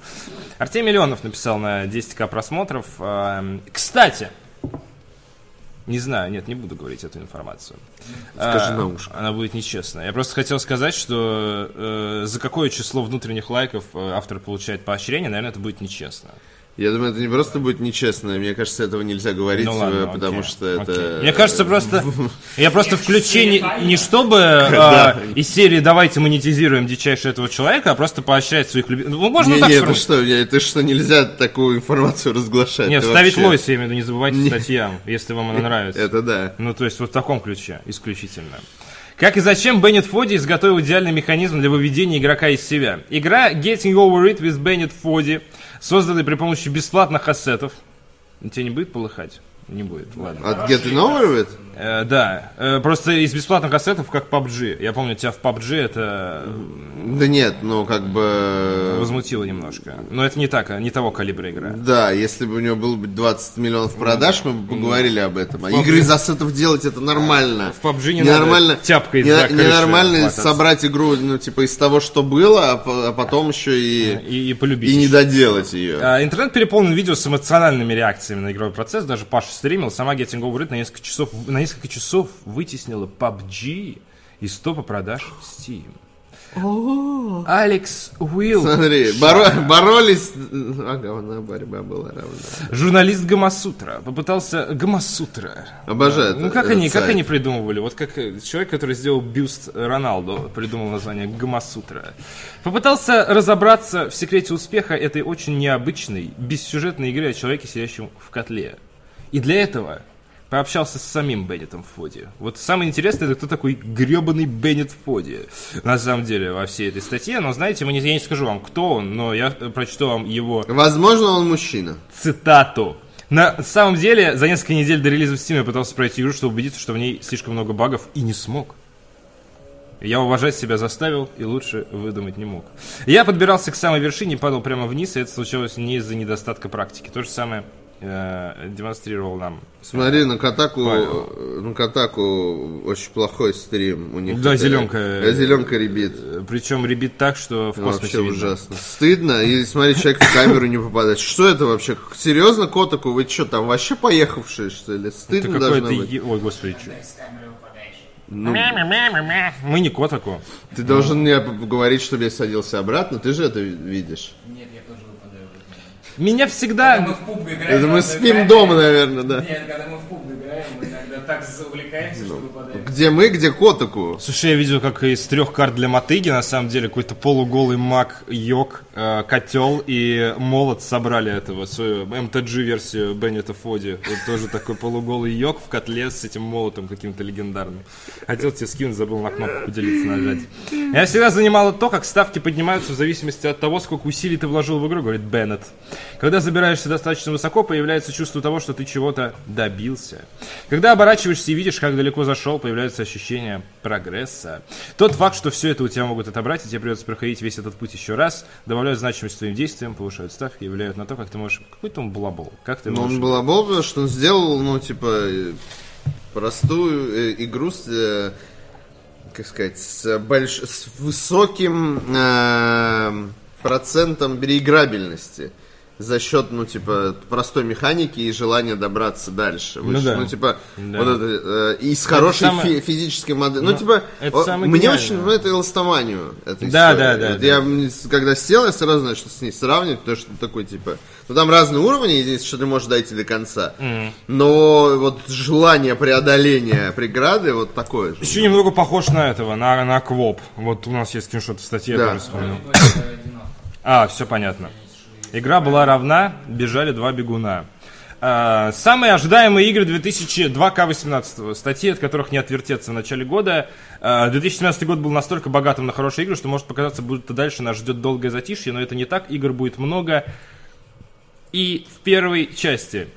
Артемий Леонов написал на 10к просмотров. Эм, Кстати, не знаю, нет, не буду говорить эту информацию.
Скажи
А,
на ушко.
Она будет нечестна. Я просто хотел сказать, что э, за какое число внутренних лайков э, автор получает поощрение, наверное, это будет нечестно.
Я думаю, это не просто будет нечестно, мне кажется, этого нельзя говорить,
Ну ладно,
э,
окей,
потому что
окей.
это...
Мне кажется, просто... Я просто
Нет,
включи
не
не,
правильно.
не чтобы а, из серии «Давайте монетизируем дичайше этого человека», а просто поощрять своих любимых... Ну, можно
Не,
так
не, ты
сформулировать.
что, не, ты что, нельзя такую информацию разглашать?
Нет,
ты
ставить
вообще.
лойс, я имею в виду, не забывайте статьям, если вам она нравится.
Это да.
Ну, то есть вот в таком ключе исключительно. Как и зачем Беннет Фоди изготовил идеальный механизм для выведения игрока из себя? Игра Getting Over It with Беннет Фоди, созданная при помощи бесплатных ассетов. Ну, Тебе не будет полыхать? Не будет, ладно.
От Get Innovative?
Э, да, Э, просто из бесплатных ассетов, как PUBG. Я помню, тебя в PUBG это
Да нет, ну как бы...
возмутило немножко. Но это не так, а не того калибра игра.
Да, если бы у него было бы 20 миллионов продаж, мы бы поговорили об этом. А игры из ассетов делать это нормально.
В PUBG не надо тяпкой
не-
за крышу
Ненормально
хвататься.
собрать игру, ну, типа, из того, что было, а, по- а потом еще и,
И, и полюбить.
и не
ещё.
доделать ее.
А, Интернет переполнен видео с эмоциональными реакциями на игровой процесс. Даже Паша стримил. Сама Getting Over It на несколько часов, на несколько часов вытеснила PUBG из топа продаж в Steam. Алекс Уилл,
Смотри, боро- боролись... Ага, она борьба была равна.
журналист Гамасутра, попытался Гамасутра.
Обожаю
Ну
этот-
как
этот
они, как
сайт.
они придумывали? Вот как э, человек, который сделал бюст Роналду, придумал название Гамасутра. Попытался разобраться в секрете успеха этой очень необычной, бессюжетной игры о человеке, сидящем в котле. И для этого пообщался с самим Беннетом Фоди. Вот самое интересное, это кто такой гребаный Беннет Фоди, на самом деле, во всей этой статье. Но знаете, мы не- я не скажу вам, кто он, но я э, прочту вам его
Возможно, он мужчина.
цитату. На самом деле, за несколько недель до релиза в Steam я пытался пройти игру, чтобы убедиться, что в ней слишком много багов, и не смог. Я уважать себя заставил и лучше выдумать не мог. Я подбирался к самой вершине и падал прямо вниз, и это случилось не из-за недостатка практики. То же самое э, демонстрировал нам.
Смотри, на Катаку,
Павел.
э, на Катаку очень плохой стрим у них.
Да, э,
Это-
зеленка.
Да, зеленка ребит.
Э, Причем ребит так, что в космосе
Ну, Вообще
видно.
ужасно. Стыдно, и смотри, человек в камеру не попадает. Что это вообще? Серьезно, Котаку, вы что, там вообще поехавшие, что ли?
Это
Стыдно должно
какой-то...
быть. Ну.
е- Ой, господи, чё.
С камеры выпадаешь.
Мы не котаку.
Ты должен мне п- говорить, чтобы я садился обратно, ты же это ви- видишь.
Нет, я тоже выпадаю.
Меня
Когда мы
всегда...
в пуб играем...
Это мы
надо
спим
играть.
дома, наверное, да. Ну.
Нет, когда мы в пуб играем, мы иногда так увлекаемся, что выпадаем.
Где мы, где Котаку?
Слушай, я видел, как из трех карт для мотыги, на самом деле, какой-то полуголый маг, йог, э, котел и молот собрали этого, свою МТГ-версию Беннета Фоди. Вот тоже такой полуголый йог в котле с этим молотом каким-то легендарным. Хотел тебе скинуть, забыл на кнопку поделиться нажать. Я всегда занимало то, как ставки поднимаются в зависимости от того, сколько усилий ты вложил в игру, говорит Беннет. Когда забираешься достаточно высоко, появляется чувство того, что ты чего-то добился. Когда оборачиваешься и видишь, как далеко зашел, появляется ощущение прогресса. Тот факт, что все это у тебя могут отобрать, и тебе придется проходить весь этот путь еще раз, добавляют значимость твоим действиям, повышают ставки и влияют на то, как ты можешь... Какой-то он балабол. Как ты
Ну,
можешь...
он балабол, потому что он сделал, ну, типа, э, простую э, игру с, э, как сказать, с, больш- с высоким эм, процентом переиграбельности за счет, ну, типа, простой механики и желания добраться дальше. Выше.
Ну да.
типа,
Да.
вот это, э, и с хорошей
самое-
фи- физической модели. Ну, типа,
это
о,
самое
мне
гениальное.
очень напоминает Ну, эластоманию. эта
Да,
история.
да, да,
Вот
да.
Я м, с- когда сел, я сразу начал с ней сравнивать, потому что такой, типа, ну там разные уровни, единственное, что ты можешь дойти до конца. Но вот желание преодоления преграды вот такое же.
Еще немного похож на этого, на, на Квоп. Вот у нас есть скриншот в статье, я
Да.
тоже вспомнил.
Выпадаешь одиноко.
А, все понятно. Игра была равна, бежали два бегуна. А, самые ожидаемые игры 2002 к 18 Статьи, от которых не отвертеться в начале года. А, 2017 год был настолько богатым на хорошие игры, что может показаться, будто дальше нас ждет долгое затишье, но это не так. Игр будет много. И в первой части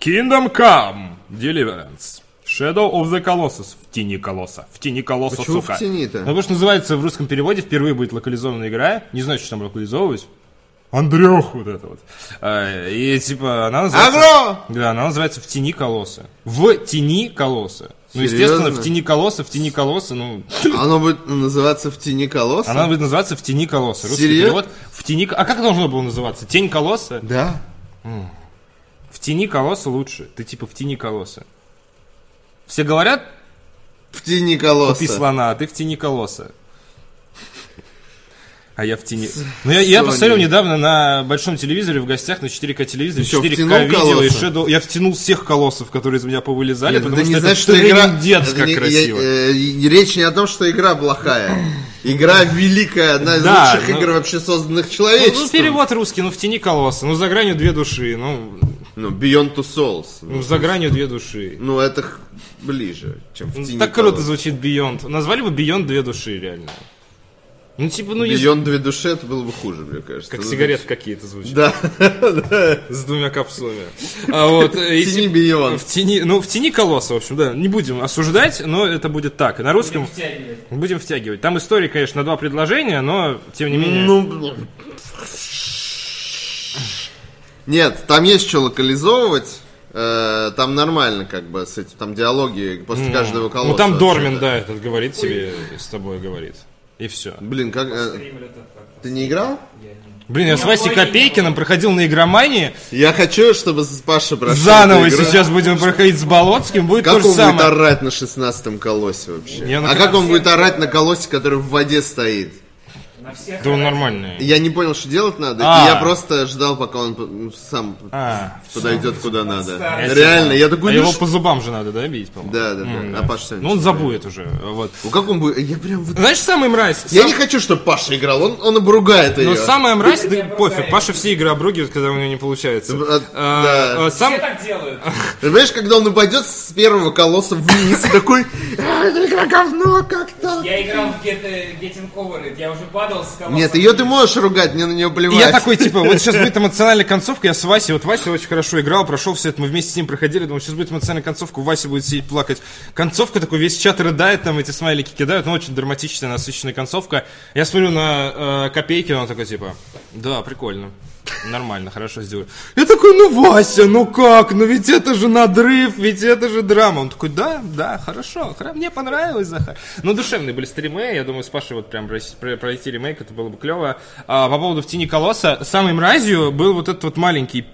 Kingdom Come Deliverance. Shadow of the Colossus. В тени колосса. В тени колосса,
Почему в
сука.
тени-то?
Ну, потому что называется в русском переводе, впервые будет локализована игра. Не знаю, что там локализовывать. Андрюх, вот это вот. А, И типа она называется...
Агро!
Да, она называется «В тени колосса». В тени колосса. Ну, естественно,
Серьезно?
в тени колосса, в тени колосса, ну...
Оно будет называться в тени колосса.
Она будет называться «В тени колосса». Русский
Серьез-
перевод. В тени... ко- А как должно было называться? Тень колосса?
Да.
В тени колосса лучше. Ты типа в тени колосса. Все говорят,
В тени
купи
колосса.
слона, а ты в тени колосса. А я в тени. Ну, я, я
Sony.
посмотрел недавно на большом телевизоре в гостях на 4К телевизоре,
что,
4К
втянул
видео и
колосса?
Shadow. Я втянул всех колоссов, которые из меня повылезали,
Нет,
потому
это
что
не
это
значит, что игра...
трендец,
это
как
не- я-
красиво.
э, и речь не о том, что игра плохая. Игра великая, одна из
Да,
лучших
ну-
игр вообще созданных
Ну, ну,
человечеством.
перевод русский, ну в тени колосса, ну за гранью две души, ну,
Ну, Beyond Two Souls.
ну, за гранью две души.
Ну, это х- ближе, чем в
Ну,
тени
Так круто
колосса.
звучит Beyond. Назвали бы Beyond две души, реально. Ну, типа, ну, если-
Бьон две души, это было бы хуже, мне кажется.
как
Ну,
сигареты какие-то звучат.
Да,
С двумя капсулами. А вот, э, и
в тени
тип-
Бьон.
В тени, ну, в тени колосса, в общем, да. Не будем осуждать, но это будет так. И на русском
Втягивает.
будем втягивать. Там история, конечно, на два предложения, но тем не менее.
Ну, блин. Нет, там есть что локализовывать. Э, Там нормально, как бы, с этим. Там диалоги после каждого колосса.
Ну там Дормин,
вообще-то.
да, этот говорит тебе, с тобой говорит. И все.
Блин, как... э,
Стримлю это как-то.
Ты не играл?
Я не-
Блин, я с
Ну,
Васей
логично.
Копейкиным проходил на игромании.
Я хочу, чтобы с- Паша прошел.
Заново
эту игру.
сейчас будем проходить с Болоцким, будет то
Как
же
он будет
самое.
орать на шестнадцатом колосе вообще?
Я на
а как он будет орать на колосе, который в воде стоит?
На всех
Да он
орать.
нормальный.
Я не понял, что делать надо,
А.
и я просто ждал, пока он п- ну, сам
А.
подойдет куда надо.
Я
тебя
Реально, я такой,
А
ну
его
ш-
по зубам же надо, да, бить, по-моему?
Да, да, да.
М,
А Паша
Ну он забудет уже, вот.
Ну как он будет? Я прям вот...
Знаешь, самый мразь...
Я
сам-
не хочу, чтобы Паша играл, он, он обругает ее.
Но самая мразь, да
Я
пофиг,
обругаю.
Паша все игры обругивает, когда у него не получается.
Да,
А,
да.
а, Сам...
Э, Все так делают.
Ты Понимаешь, когда он упадет с первого колосса вниз, и такой, «А, это игра говно, как то
Я играл в Get- э, Getting Over It, я уже падал с колоссом.
Нет, ее ты можешь ругать, мне на нее
И
плевать.
я такой, типа, вот сейчас будет эмоциональная концовка, я с Васей, вот Вася очень хорошо играл, прошел все это, мы вместе с ним проходили, думаю, сейчас будет эмоциональная концовка, Вася будет сидеть плакать. Концовка такой, весь чат рыдает, там эти смайлики кидают, ну, очень драматичная, насыщенная концовка. Я смотрю на э, Копейкина, он такой, типа, да, прикольно. Нормально, хорошо сделали. Я такой, ну Вася, ну как? Ну ведь это же надрыв, ведь это же драма. Он такой, да, да, хорошо, хра- мне понравилось, Захар. Ну, душевные были стримы, я думаю, с Пашей вот прям рос- про- пройти ремейк, это было бы клево. А, по поводу «В тени колосса», самой мразью был вот этот вот маленький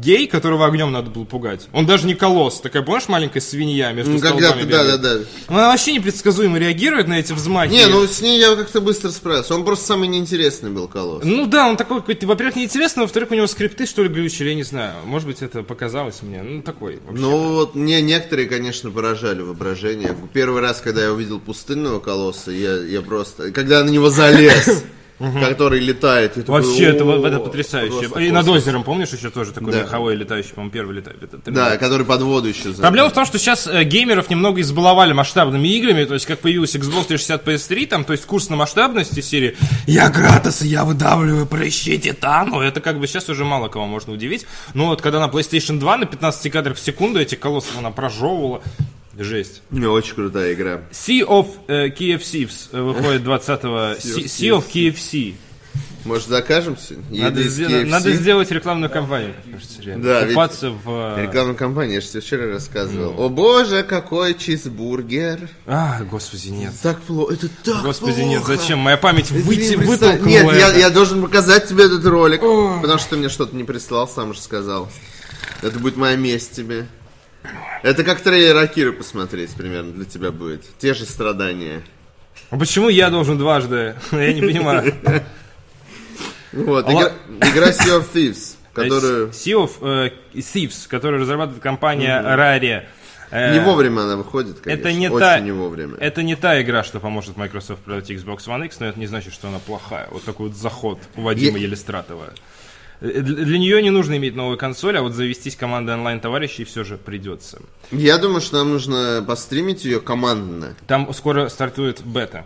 гей, которого огнем надо было пугать. Он даже не колосс, такая, помнишь, маленькая свинья между
Ну, когда
столбами
ты, да,
бегает.
да, да.
Она вообще непредсказуемо реагирует на эти взмахи.
Не, ну с ней я как-то быстро справился. Он просто самый неинтересный был колосс.
Ну да, он такой какой-то, во-первых, неинтересный, во-вторых, у него скрипты, что ли, глючили, я не знаю. Может быть, это показалось мне. Ну, такой. вообще.
Ну вот мне некоторые, конечно, поражали воображение. Первый раз, когда я увидел пустынного колосса, я, я просто... Когда я на него залез, который летает. я такой,
Вообще, это,
«О,
вот- это потрясающе.
просто
И
космос».
над озером, помнишь, еще тоже такой
Да.
меховой летающий, по-моему, первый летает.
Да, который под воду еще залез.
Проблема в том, что сейчас э, геймеров немного избаловали масштабными играми, то есть как появился Xbox 360 PS3, там, то есть курс на масштабности серии «Я Кратос, и я выдавливаю прыщи Титану», это как бы сейчас уже мало кого можно удивить, но вот когда на PlayStation 2 на 15 кадрах в секунду этих колоссов она прожевывала, жесть.
Не, очень крутая игра.
Sea of э, KFCs э, выходит 20-го.
Sea of
Sea of KFC.
Может, закажемся?
Надо,
Еды из
сдел-
KFC?
надо сделать рекламную кампанию. мне кажется, реально.
Да, ведь-
Купаться в... э,
Рекламную кампанию, я же тебе вчера рассказывал.
Ну.
О боже, какой чизбургер.
А, господи, нет.
Так плохо, это так
Господи,
плохо.
нет, зачем? Моя память
Ты
выйти,
не представь-
вытолкнула
Нет, я,
это.
я должен показать тебе этот ролик, потому что ты мне что-то не прислал, сам же сказал. Это будет моя месть тебе. Это как трейлер Акиры посмотреть примерно для тебя будет. Те же страдания.
А Почему я должен дважды? Я не понимаю.
Вот,
А
игра,
ла-
игра Sea of Thieves, которую...
Sea of э, Thieves, которую разрабатывает компания Rare. Э,
Не вовремя она выходит, конечно.
Это не,
Очень
та, э,
не вовремя.
это не та игра, что поможет Microsoft продать Xbox One X, но это не значит, что она плохая. Вот такой вот заход у Вадима
Е-
Елистратова. Э, Для, для нее не нужно иметь новую консоль, а вот завестись командой онлайн-товарищей все же придется.
Я думаю, что нам нужно постримить ее командно.
Там скоро стартует бета.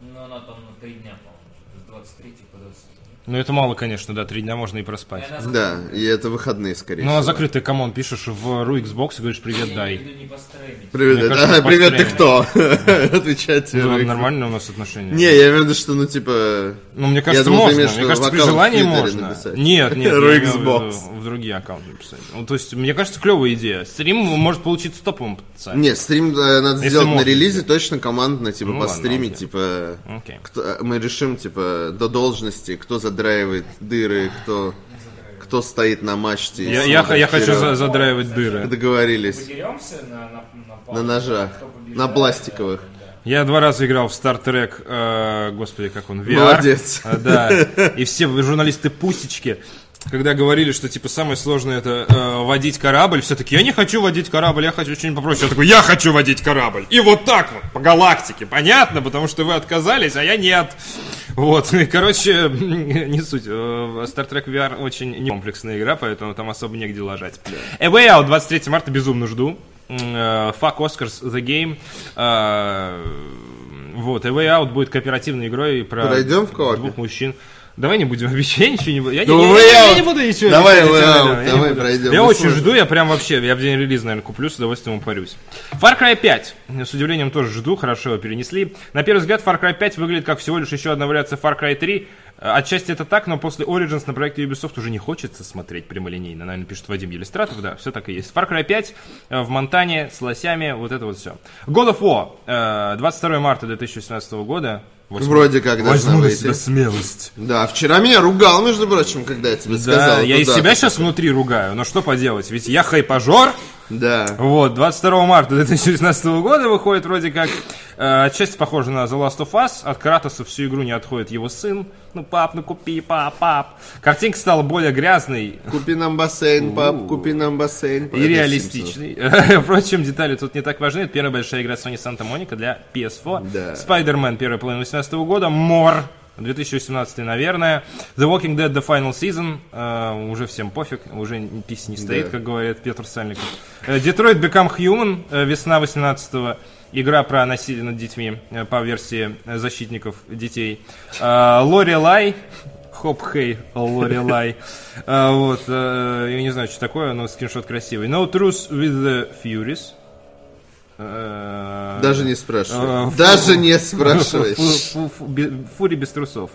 Ну, она там на три дня, по-моему, с 23 по 27.
Но Ну, это мало, конечно, да, три дня можно и проспать.
И она
Да, и это выходные, скорее
Ну, а
всего.
закрытый камон, пишешь в ру Xbox и говоришь «Привет,
Я
дай».
иду не построить.
Привет,
Мне
да,
кажется,
привет, ты
постримим.
кто? Отвечать.
Ну, там нормально у нас отношения?
Не, я имею в виду, что, ну, типа...
Ну, мне кажется,
думал, ты
можно.
имеешь в
Мне
виду
кажется, при
аккаунт в
желании
Твиттере
можно.
написать.
Нет, нет, я
Ру
имею в виду
Xbox.
В другие аккаунты написать. Ну, то есть, мне кажется, клевая идея. Стрим может получиться топовым потенциально.
Не, стрим э, надо
Если
сделать на
можно
релизе точно командно, типа,
Ну,
постримить,
ладно,
типа...
Окей.
кто- мы решим, типа, до должности, кто задраивает дыры, кто, кто стоит на мачте. и
Я, я,
смотрит
я хочу
вперед.
за- задраивать дыры.
Договорились.
Подеремся на, на, на, палку,
На ножах.
кто побеждает,
На пластиковых.
Я два раза играл в Star Trek, э, господи, как он, VR.
Молодец.
А, Да, и все журналисты пусечки, когда говорили, что типа самое сложное это э, водить корабль, все таки я не хочу водить корабль, я хочу что-нибудь попроще. Я такой, я хочу водить корабль. И вот так вот, по галактике, понятно, потому что вы отказались, а я нет. Вот, и, короче, не суть. Э, Star Trek VR очень некомплексная игра, поэтому там особо негде ложать. Э, A Way Out 23 марта безумно жду. М, э, Fuck Oscars The Game. Э, Вот, A Way Out будет кооперативной игрой про
Подойдем в коопе?
двух мужчин. Давай не будем обещать, ничего не буду. Я, не-
Ну,
я-
Way
я- я
Out.
не буду ничего
Давай
обещать,
Way
реально,
Out,
я не
давай
буду.
пройдем, Ну,
Я
мы
очень
сможем.
жду, я прям вообще, я в день релиза, наверное, куплю, с удовольствием упарюсь. Far Cry 5. С удивлением тоже жду, хорошо его перенесли. На первый взгляд, Far Cry 5 выглядит как всего лишь еще одна вариация Far Cry 3. Э, Отчасти это так, но после Origins на проекте Ubisoft уже не хочется смотреть прямолинейно. Наверное, пишет Вадим Елистратов, да, все так и есть. Far Cry 5 э, в Монтане с лосями, вот это вот все. God of War. Э, 22 марта 2018 года. Восьмой-
Вроде как должна
Возьму на
выйти.
себя смелость.
Да, вчера меня ругал, между прочим, когда я тебе сказал.
Да, Э, я
Ну
из
да,
себя
ты-
сейчас внутри ругаю, но что поделать, ведь я хайпажор.
Да.
Вот, 22 марта 2016 года выходит вроде как. э, Отчасти похоже на The Last of Us. От Кратоса всю игру не отходит его сын. Ну, пап, ну купи, пап, пап. Картинка стала более грязной,
Купи нам бассейн, пап, купи нам бассейн.
и реалистичный. Впрочем, детали тут не так важны. Это первая большая игра Sony Santa Monica для PS4.
Да.
Spider-Man первая половина 2018 года. Мор 2018, наверное. The Walking Dead The Final Season. Э, уже всем пофиг, уже пись не стоит,
Да.
как говорит Петр Сальников. Э, Detroit Become Human, э, весна 18 Игра про насилие над детьми э, по версии э, защитников детей. Э, Лорелай. Хоп, хей, Лорелай. Э, Вот, э, я не знаю, что такое, но скриншот красивый. No Truth with the Furies. Э,
Даже не
А,
спрашивай. Даже не спрашивай.
Фу- фу- фу- бе- Фури без трусов.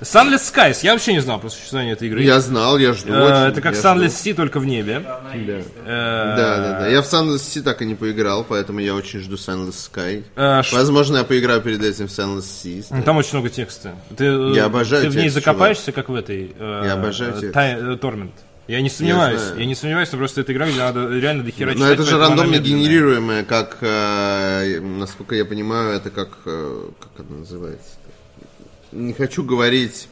Sunless Skies. Я вообще не знал про существование этой игры.
Я знал, я жду.
Э,
очень,
Это как
я
Sunless
жду.
Sea, только в небе.
Она и есть, да.
Э,
Да, да, да. Я в Sunless Sea так и не поиграл, поэтому я очень жду Sunless Sky.
Э, ш-
Возможно, я поиграю перед этим в Sunless Sea.
Ну, Там очень много текста. Ты, э,
Я обожаю
Ты в ней
текст,
закопаешься, как в этой... э,
Я обожаю текст.
Тай- э, Тормент. Я не сомневаюсь. Я,
знаю.
не сомневаюсь, но просто эта игра, где надо реально дохера
Но
читать.
это же
поэтому она
рандомно
медленная.
генерируемое, как, э, насколько я понимаю, это как, э, как она называется? Не хочу говорить.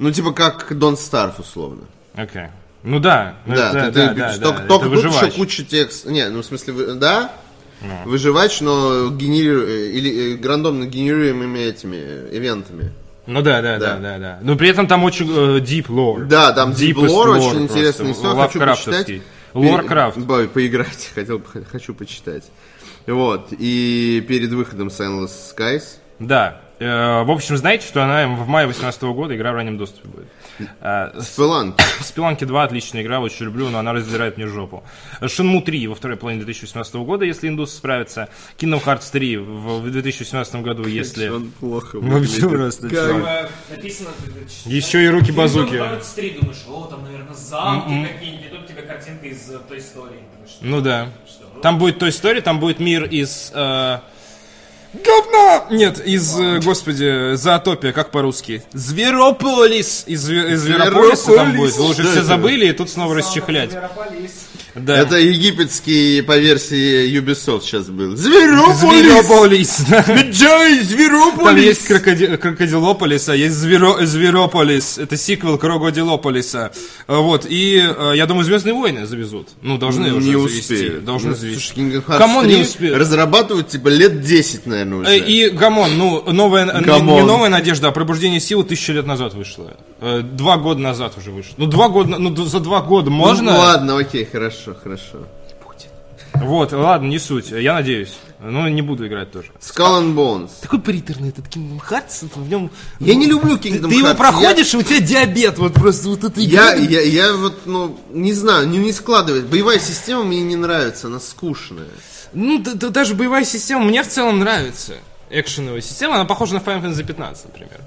Ну, типа как Don't Starve, условно.
Окей. Ну да. ну
Да,
это-
ты- ты-
да, да,
только,
да,
только
это
тут еще
выживач. Ну.
куча текста. Не, ну в смысле, вы- да? Выживач, но генериру... или э, рандомно генерируемыми этими э, ивентами.
Ну да, да, да,
Да.
да, да. Но при этом там очень э, deep lore.
Да, там Deep
Deepest
Lore,
lore
очень
просто,
интересная история, хочу
лавкрафтовский.
почитать. Пе-
Лоркрафт.
Бой, поиграть, хотел бы, хочу почитать. Вот, и перед выходом Sandless Skies.
Да. Э, В общем, знаете, что она в мае 2018 года игра в раннем доступе будет. Э,
Spelunk.
Спиланки 2 отличная игра, очень люблю, но она раздирает мне жопу. Шинму 3 во второй половине 2018 года, если индусы справятся. Kingdom Hearts 3 в в 2017 году, если...
Он плохо
Вообще
выглядит.
просто
Как-
чё.
Э, Написано... ты читаешь,
Еще и руки
Kingdom
базуки. М-м.
Hearts 3 думаешь, о, там, наверное, замки какие-нибудь, и тут тебе картинка из э, той истории. Думаешь,
Ну да.
что?
Там будет Той история, там будет мир из... э, Говно! Нет, из, э, господи, Зоотопия, как по-русски? Зверополис! Из, Зве- из Зверополиса там будет. Вы уже
Что
все
это?
забыли, и тут снова расчехлять.
Зверополис.
Да.
Это египетский по версии Ubisoft сейчас был. Зверополис!
Зверополис! да.
Джай,
Там есть
Зверополис!
крокоди- крокодилополис, а есть зверо- зверополис. Это сиквел крокодилополиса. А, Вот, и э, я думаю, Звездные войны завезут. Ну, должны уже
Не
завести.
успеют.
Должны
Ну,
завести.
слушай, Kingdom Hearts
Камон, не
3
успеют.
Разрабатывают, типа, лет 10, наверное,
Э,
уже.
И, Гамон, ну, новая, не- не,
Гамон.
новая надежда, а пробуждение силы тысячу лет назад вышло. Э, Два года назад уже вышло. Ну, два года, ну, д- за два года можно?
Ну, ладно, окей, хорошо, хорошо.
Вот, ладно, не суть, я надеюсь. Ну, не буду играть тоже.
Skull and Bones.
Такой приторный этот Kingdom Hearts, в ну, нем...
Я не люблю Kingdom Hearts. Я-
и у тебя диабет, вот просто вот это
Я, я, я вот, ну, не знаю, не, не складывает. Боевая система мне не нравится, она скучная.
Ну, да- да даже боевая система мне в целом нравится. Экшеновая система, она похожа на Final Fantasy 15, например.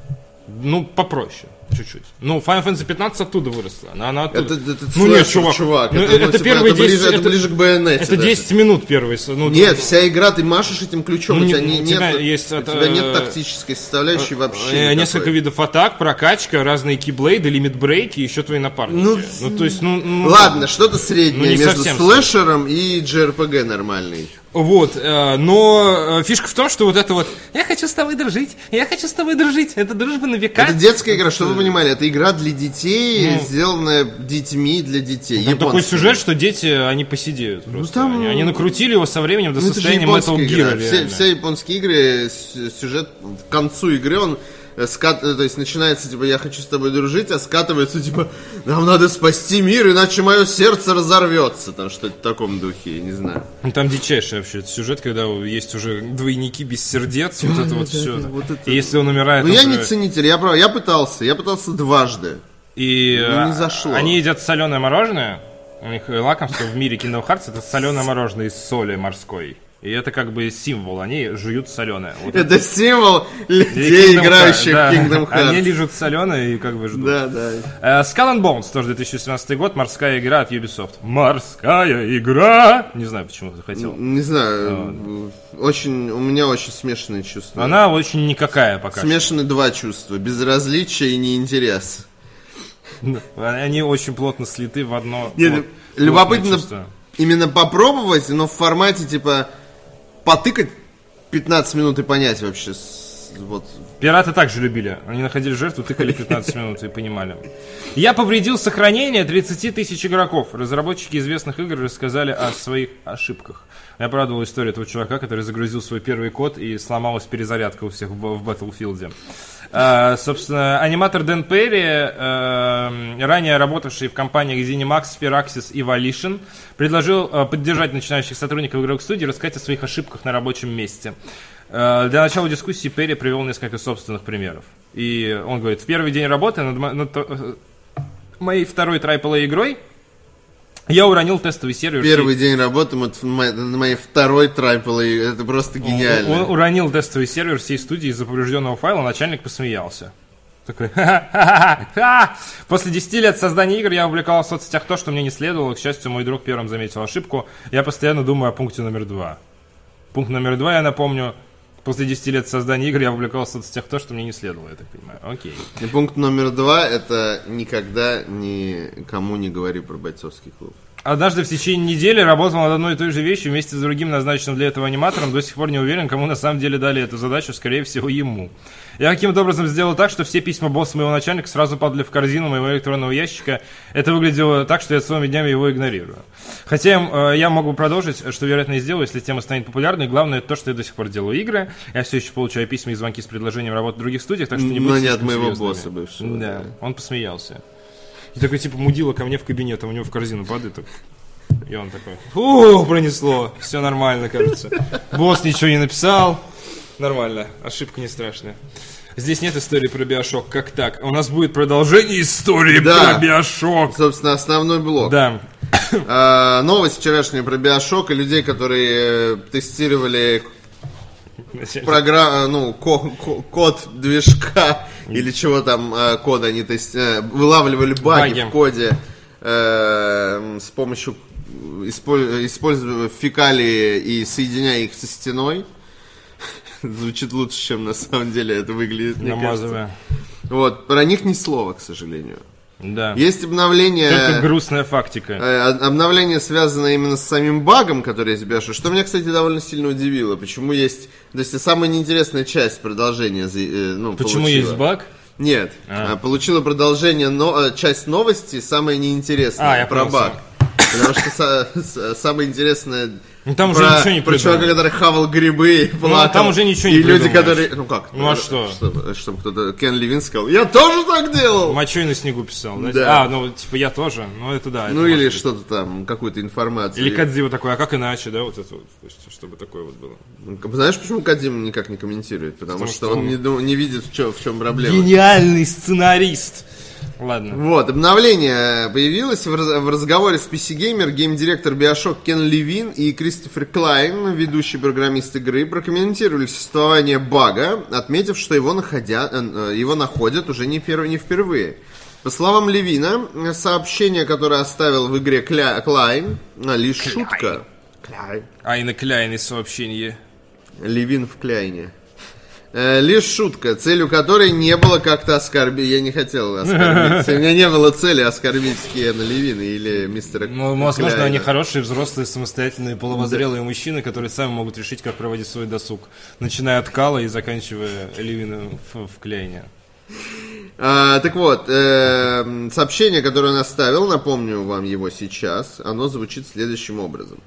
Ну, попроще, чуть-чуть. Ну, Final Fantasy 15 оттуда выросла. Она, она оттуда.
Это, это, это
ну, нет,
слэшер,
чувак.
чувак.
Ну,
это,
это,
ну, типа,
первые
это
10...
ближе, это
это-
ближе к байонете.
это
даже.
10 минут первые. с- Ну,
Нет,
ты-
вся игра, ты машешь этим ключом,
Ну,
у тебя,
не-
не,
у тебя
нет,
есть
у
это,
тебя нет
э,
тактической составляющей вообще.
э,
никакой.
Несколько видов атак, прокачка, разные киблейды, лимитбрейки, еще твои напарники.
Ну,
ну то есть, ну, ну,
Ладно, что-то
Ну,
среднее
не
между
совсем
слэшером и JRPG нормальный.
Вот, э, но э, фишка в том, что вот это вот «я хочу с тобой дружить, я хочу с тобой дружить», это дружба на века.
Это детская игра,
Э.
чтобы вы понимали, это игра для детей, сделанная детьми для детей.
Ну. Там такой
Японская.
сюжет, что дети, они посидеют просто.
Ну там-
они, они накрутили его со временем до
Ну, это же
состояния Metal
японская игра.
Gear.
Все,
реально.
все японские игры, с- сюжет к концу игры, он э, скат, э, то есть начинается, типа, я хочу с тобой дружить, а скатывается, типа, нам надо спасти мир, иначе мое сердце разорвется. Там что-то в таком духе, я не знаю.
Ну, Там дичайший вообще этот сюжет, когда есть уже двойники без сердец, вот это вот все.
да, вот это-
И если он умирает,
Ну
он
я
же-
не ценитель, я, прав- я пытался, я пытался дважды.
И
Ну, не
а,
зашло.
они едят соленое мороженое. У них э, лакомство в мире Kingdom Hearts это соленое мороженое из соли морской. И это как бы символ. Они жуют соленое. Вот
Это символ
И
людей,
Kingdom
играющих
Hearts,
в
да.
Kingdom
Они
Hearts.
лежат соленое и как бы ждут.
Да, да.
Э, Skull and Bones, тоже 2018 год, морская игра от Ubisoft. Морская игра! Не знаю, почему захотел.
Не знаю,
А.
очень, у меня очень смешанные чувства.
Она очень никакая пока. что.
Смешаны два чувства, безразличие и неинтерес.
Они очень плотно слиты в одно.
Нет,
плот-
любопытно-
плотное чувство.
Именно попробовать, но в формате, типа, потыкать 15 минут и понять вообще, с- вот,
Пираты также любили. Они находили жертву, тыкали 15 минут и понимали. Я повредил сохранение 30 тысяч игроков. Разработчики известных игр рассказали о своих ошибках. Я порадовал историю этого чувака, который загрузил свой первый код и сломалась перезарядка у всех в б- в Battlefield. А, собственно, аниматор Дэн Перри, эм, ранее работавший в компаниях ZeniMax, Firaxis и Volition, предложил э, поддержать начинающих сотрудников игровых студий и рассказать о своих ошибках на рабочем месте. Э, Для начала дискуссии Перри привел несколько собственных примеров. И он говорит, в первый день работы над, мо- над то- э, моей второй AAA игрой я уронил тестовый сервер.
первый день работы, вот, мо- на моей второй трайпл, и это просто гениально.
Он уронил тестовый сервер всей студии из-за поврежденного файла, начальник посмеялся. Такой, «Ха-ха-ха-ха-ха!» После 10 лет создания игр я опубликовал в соцсетях то, что мне не следовало. К счастью, мой друг первым заметил ошибку. Я постоянно думаю о пункте номер два. Пункт номер два, я напомню, после 10 лет создания игр я опубликовал в соцсетях то, что мне не следовало, я так понимаю. Окей.
И пункт номер два это никогда никому не говори про бойцовский клуб.
Однажды в течение недели работал над одной и той же вещью вместе с другим назначенным для этого аниматором. До сих пор не уверен, кому на самом деле дали эту задачу, скорее всего, ему. Я каким-то образом сделал так, что все письма босса моего начальника сразу падали в корзину моего электронного ящика. Это выглядело так, что я целыми днями его игнорирую. Хотя э, я могу продолжить, что, вероятно, и сделаю, если тема станет популярной. Главное, это то, что я до сих пор делаю игры. Я все еще получаю письма и звонки с предложением работы в других студиях, так что не
Но
будьте
Ну, не от
слишком
моего
серьезными.
босса бывшего,
Да,
да.
он посмеялся. И такой, типа, мудила ко мне в кабинет, а у него в корзину падает. так. И он такой, фу, пронесло, все нормально, кажется. Босс ничего не написал. Нормально, ошибка не страшная. Здесь нет истории про Биошок, как так? У нас будет продолжение истории
Да.
про Биошок.
Собственно, основной блок.
Да,
А, новость вчерашняя про биошок и людей, которые э, тестировали программу, ну, ко- ко- код движка или чего там э, кода они тести- э, вылавливали баги,
Баги.
в коде э, с помощью исполь- используя фекалии и соединяя их со стеной. Звучит лучше, чем на самом деле это выглядит. мне кажется.
намазывая.
Вот, про них ни слова, к сожалению.
Да.
Есть обновление...
Только грустная фактика.
Э, о- Обновление связано именно с самим багом, который есть в Биошоке, что меня, кстати, довольно сильно удивило. Почему есть... То есть самая неинтересная часть продолжения за- э, ну,
Почему
получила.
есть баг?
Нет.
А.
А, Получила продолжение, но, э, часть новости, самая неинтересная,
А, я
про
понял,
баг. Потому что са- с- самое интересное...
Ну, там уже
про,
ничего не
про
придумали.
чувака, который хавал грибы и плакал.
там уже ничего
И
не
люди,
придумаешь.
которые... Ну как?
Ну, а что?
Чтобы, чтобы кто-то... Кен Левин сказал, я тоже так делал!
Мочой на снегу писал, да?
Да.
А, ну, типа, я тоже. Ну, это да. это
Ну
может
или
быть.
что-то там, какую-то информацию.
Или Кадзива такой, а как иначе, да, вот это вот, то есть, чтобы такое вот было.
Ну, к- Знаешь, почему Кадим никак не комментирует? Потому,
Потому
что,
что
он
он-
не, ду- не видит, в чем, в чем проблема.
Гениальный сценарист! Ладно.
Вот, обновление появилось в, раз- в разговоре с PC Gamer, гейм-директор Bioshock Кен Левин и Кристофер Клайн, ведущий программист игры, прокомментировали существование бага, отметив, что его, находя, э, э, его находят уже не, перв- не впервые. По словам Левина, э, сообщение, которое оставил в игре Кля- Клайн, э, лишь шутка. Клайн.
Айна Кляйн из сообщения.
Левин в Кляйне. Э, Лишь шутка, целью которой не было как-то оскорбить. Я не хотел оскорбить. У меня не было цели оскорбить Киана Левина или мистера
Ну, возможно,
Кляйна.
они хорошие, взрослые, самостоятельные, половозрелые мужчины, которые сами могут решить, как проводить свой досуг. Начиная от Кала и заканчивая Левином в, в Кляйне.
А, так вот, эм, сообщение, которое он оставил, напомню вам его сейчас, оно звучит следующим образом.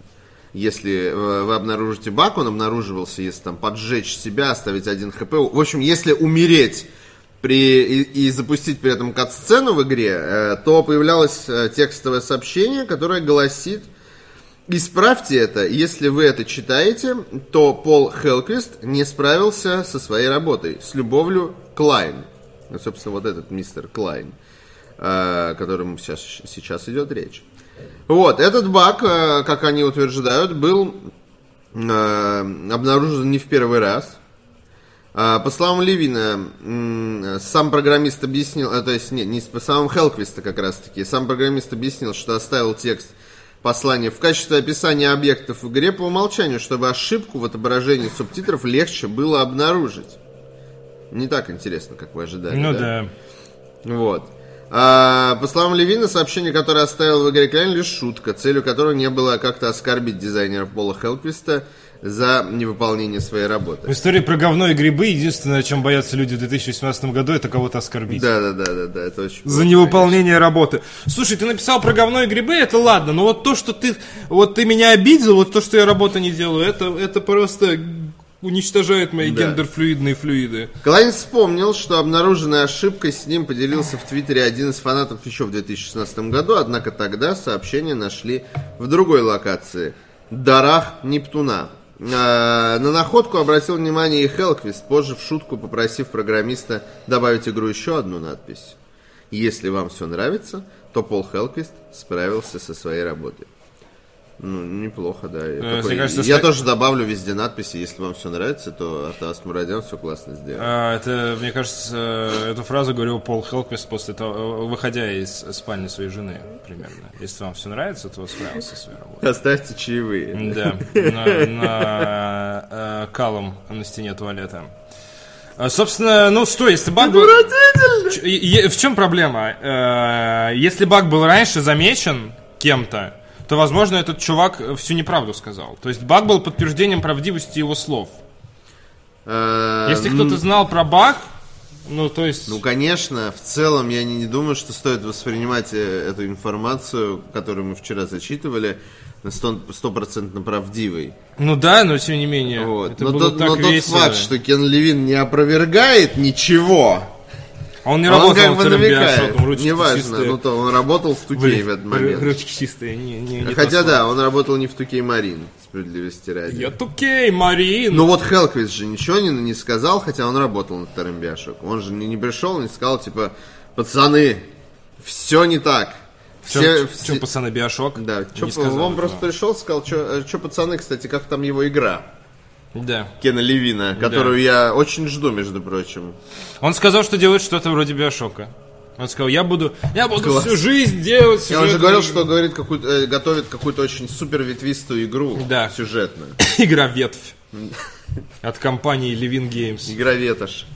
Если э, вы обнаружите баг, он обнаруживался, если там поджечь себя, оставить один хп. В общем, если умереть при, и, и запустить при этом кат-сцену в игре, э, то появлялось э, текстовое сообщение, которое гласит «Исправьте это, если вы это читаете, то Пол Хелквист не справился со своей работой. С любовью, Клайн». Ну, собственно, вот этот мистер Клайн, э, о котором сейчас, сейчас идет речь. Вот, этот баг, э, как они утверждают, был э, обнаружен не в первый раз. А, По словам Ливина, м, сам программист объяснил, а, то есть не, не с- по словам Хелквиста как раз таки, сам программист объяснил, что оставил текст послания в качестве описания объектов в игре по умолчанию, чтобы ошибку в отображении субтитров легче было обнаружить. Не так интересно, как вы ожидали.
Ну
да.
да.
Вот. А, по словам Левина, сообщение, которое оставил в игре Клайн, лишь шутка, целью которой не было как-то оскорбить дизайнера Пола Хелквиста за невыполнение своей работы.
В истории про говно и грибы единственное, о чем боятся люди в 2018 году, это кого-то оскорбить.
Да, да, да, да, да, это очень.
За
плохо,
невыполнение работы. Слушай, ты написал про говно и грибы, это ладно, но вот то, что ты, вот ты меня обидел, вот то, что я работу не делаю, это, это просто уничтожает мои
Да.
гендерфлюидные флюиды.
Клайн вспомнил, что обнаруженная ошибкой с ним поделился в Твиттере один из фанатов еще в 2016 году, однако тогда сообщение нашли в другой локации – Дарах Нептуна. Э, На находку обратил внимание и Хелквист, позже в шутку попросив программиста добавить в игру еще одну надпись. Если вам все нравится, то Пол Хелквист справился со своей работой. Ну, неплохо, да. Я,
Э,
такой-
мне кажется,
я
ста-
тоже добавлю везде надписи. Если вам все нравится, то Артас Мурадян все классно сделал.
А, это, мне кажется, э, эту фразу говорил Пол Хелквист после того, э, выходя из спальни своей жены, примерно. Если вам все нравится, то справился со своей работой.
Оставьте чаевые.
Да, на, на э, калом на стене туалета. А, Собственно, ну что, если баг... был- Ч- и- и- В чем проблема? Э, Если баг был раньше замечен кем-то, то, возможно, этот чувак всю неправду сказал. То есть баг был подтверждением правдивости его слов.
Э,
Если кто-то знал про баг, ну, то есть...
Ну, конечно, в целом я не, не думаю, что стоит воспринимать э, эту информацию, которую мы вчера зачитывали, на сто- стопроцентно правдивой.
Ну да, но тем не менее.
Вот.
Это
Но,
было
тот,
так
но тот
весело.
факт, что Кен Левин не опровергает ничего,
А Он не
он
работал
как бы
в
намекает.
Биошоком, ручки
Неважно,
чистые.
ну то он работал в Тукее
Блин,
в этот
ру-
момент.
Ручки чистые, не, не, не
Хотя
то слово.
да, он работал не в Тукей Марин, справедливости ради.
Я тукей, Марин.
Ну вот Хелквист же ничего не, не сказал, хотя он работал над вторым Биошоком. Он же не, не пришел, не сказал, типа, пацаны, все не так.
В чем,
Все-
в
все-
чем, пацаны, Биошок?
Да,
Не
чё, он
сказал этого.
просто пришел, сказал, что пацаны, кстати, как там его игра?
Да.
Кена Левина, которую я очень жду, между прочим.
Он сказал, что делает что-то вроде Биошока. Он сказал, я буду, я буду
Класс.
всю жизнь делать
Я уже
сюжетную
говорил,
игру».
что говорит какую готовит какую-то очень супер ветвистую игру
Да.
сюжетную.
Игра ветвь. От компании Living Games.
Игра ветошь.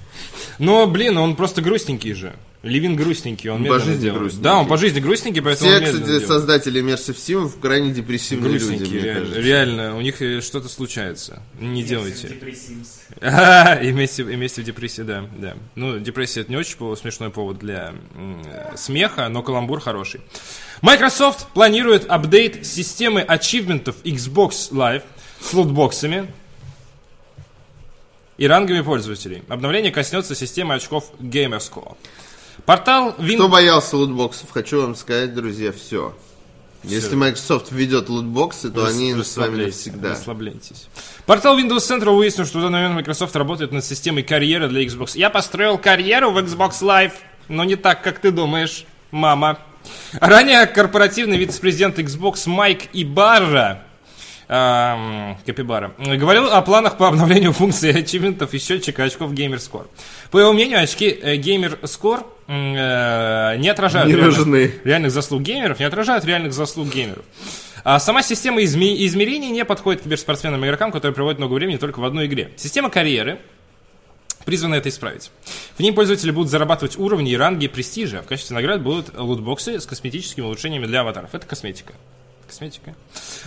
Но, блин, он просто грустненький же. Ливин грустненький, он медленно
жизни
делает.
грустненький.
Да, он по жизни грустненький, поэтому
Все,
он медленно
кстати,
делает.
создатели Immersive Sim крайне депрессивные люди,
грустненькие,
мне
реально,
кажется.
реально, у них э, что-то случается. Не делайте.
Депрессимс.
Имейте в депрессии, да, да. Ну, депрессия это не очень пов- смешной повод для м, э, смеха, но каламбур хороший. Microsoft планирует апдейт системы ачивментов Xbox Live с лутбоксами и рангами пользователей. Обновление коснется системы очков GamerScore. Портал Win...
Кто боялся лутбоксов, хочу вам сказать, друзья, все. Если Microsoft введет лутбоксы, то
Рас-
они с вами
расслабляйтесь,
навсегда.
Расслабляйтесь. Портал Windows Central выяснил, что в данный момент Microsoft работает над системой карьеры для Xbox. Я построил карьеру в Xbox Live, но не так, как ты думаешь, мама. Ранее корпоративный вице-президент Xbox Майк Ибарра эм, Капибара, говорил о планах по обновлению функции ачивментов и счетчика очков GamerScore. По его мнению, очки э, GamerScore м, э, не отражают
Не
реальных-
нужны.
реальных заслуг геймеров, не отражают реальных заслуг геймеров. А сама система изме- измерений не подходит киберспортсменам и игрокам, которые проводят много времени только в одной игре. Система карьеры призвана это исправить. В ней пользователи будут зарабатывать уровни и ранги престижа, а в качестве наград будут лутбоксы с косметическими улучшениями для аватаров. Это косметика. Косметика.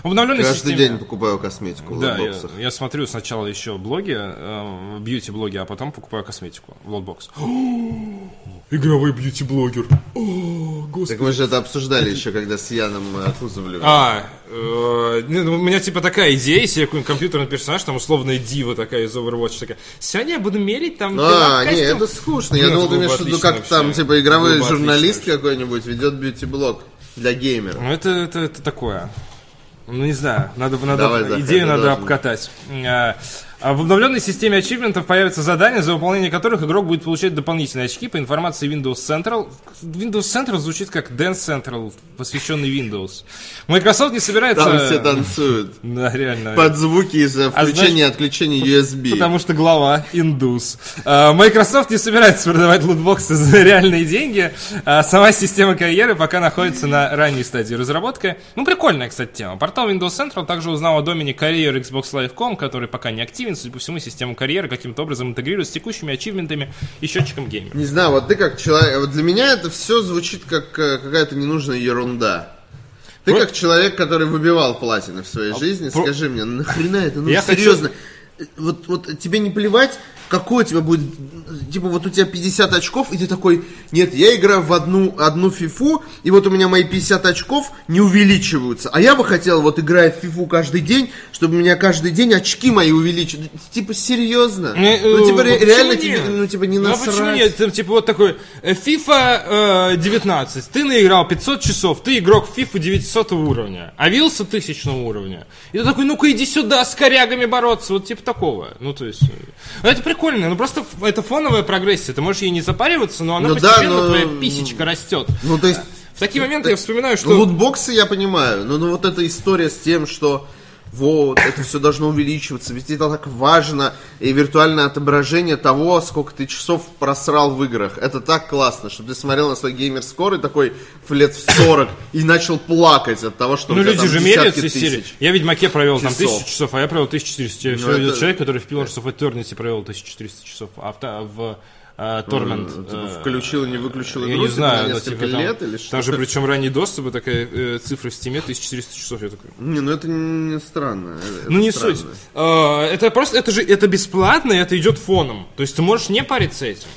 В обновленной
Каждый
системе...
день покупаю косметику в
Да, я,
лотбоксах.
я смотрю сначала еще блоги, э, бьюти-блоги, а потом покупаю косметику в лотбокс. Игровой бьюти-блогер. О, господи.
Так мы же это обсуждали еще, когда с Яном э, Кузовлевым.
А, э, не, ну, у меня типа такая идея, если я какой-нибудь компьютерный персонаж, там условная дива такая из Overwatch, такая, сегодня я буду мерить там...
А,
пилот
не,
костюм».
это скучно. Я
Нет,
думал, ты
было бы
имеешь в виду, ну,
отлично
как там,
вообще.
типа, игровой
Было бы
журналист
отлично
какой-нибудь ведет бьюти-блог для геймеров.
Ну, это, это, это такое. Ну, не знаю, надо, бы- надо
Давай, Захар,
идею
ты
надо
должен.
обкатать. А, а в обновленной системе ачивментов появятся задания, за выполнение которых игрок будет получать дополнительные очки по информации Windows Central. Windows Central звучит как Dance Central, посвященный Windows. Microsoft не собирается...
Там все танцуют.
Да, реально.
Под звуки из э,
А
включения и отключения USB.
Потому что глава индус. А, Microsoft не собирается продавать лутбоксы за реальные деньги. А Сама система карьеры пока находится на ранней стадии разработки. Ну, прикольная, кстати, тема. Портал Windows Central также узнал о домене карьер Xbox Live.com, который пока не активен. Судя по всему, систему карьеры каким-то образом интегрирует с текущими ачивментами и счетчиком геймера.
Не знаю, вот ты как человек... Вот для меня это все звучит как э, какая-то ненужная ерунда. Ты
Про- А,
как человек, который выбивал платины в своей жизни,
про-
скажи мне, нахрена это? Ну,
Я хочу-
серьезно. Э, Вот, вот тебе не плевать, какой у тебя будет... э, Типа вот у тебя 50 очков, и ты такой, нет, я играю в одну, одну фифу, и вот у меня мои 50 очков не увеличиваются. А я бы хотел, вот играя в фифу каждый день, чтобы у меня каждый день очки мои увеличивались. Типа серьезно?
Не,
Ну,
э,
типа ре-
почему
реально
нет?
тебе, ну, типа не
Ну, а
насрать.
почему нет? Там, типа, вот такой э, FIFA э, 19. Ты наиграл 500 часов, ты игрок в FIFA 900 уровня, а Вилса 1000 уровня. И ты такой, ну-ка иди сюда с корягами бороться. Вот типа такого. Ну, то есть... э, ну, это прикольно. Ну, просто ф- это фоновая прогрессия. Ты можешь ей не запариваться, но она
Ну да,
постепенно,
но-
твоя писечка растет.
Ну, то есть,
В такие моменты я вспоминаю, что...
ну, лутбоксы я понимаю, но, ну вот эта история с тем, что вот, это все должно увеличиваться, ведь это так важно, и виртуальное отображение того, сколько ты часов просрал в играх. Это так классно, чтобы ты смотрел на свой геймер-скор и такой в лет в 40 и начал плакать от того, что
Ну,
у тебя
люди
там
же
десятки
мерятся из серии.
тысяч.
Я в Ведьмаке провел там
часов.
1000 часов, а я провел 1400. Я
Ну,
еще видел
это- э.
человек, который в Pillars of Eternity провел 1400 часов, а в, та- в э, Torment...
Типа,
э,
включил и не выключил
я
игру
не
типа,
знаю,
на
но
несколько
типа там,
лет или что?
там же причем ранний доступ, и такая э, цифра в стиме 1400 часов. Я такой,
Не, ну это не странно. это
ну не
странно.
суть. Э, это просто, это же, это бесплатно, и это идет фоном. То есть ты можешь не париться этим.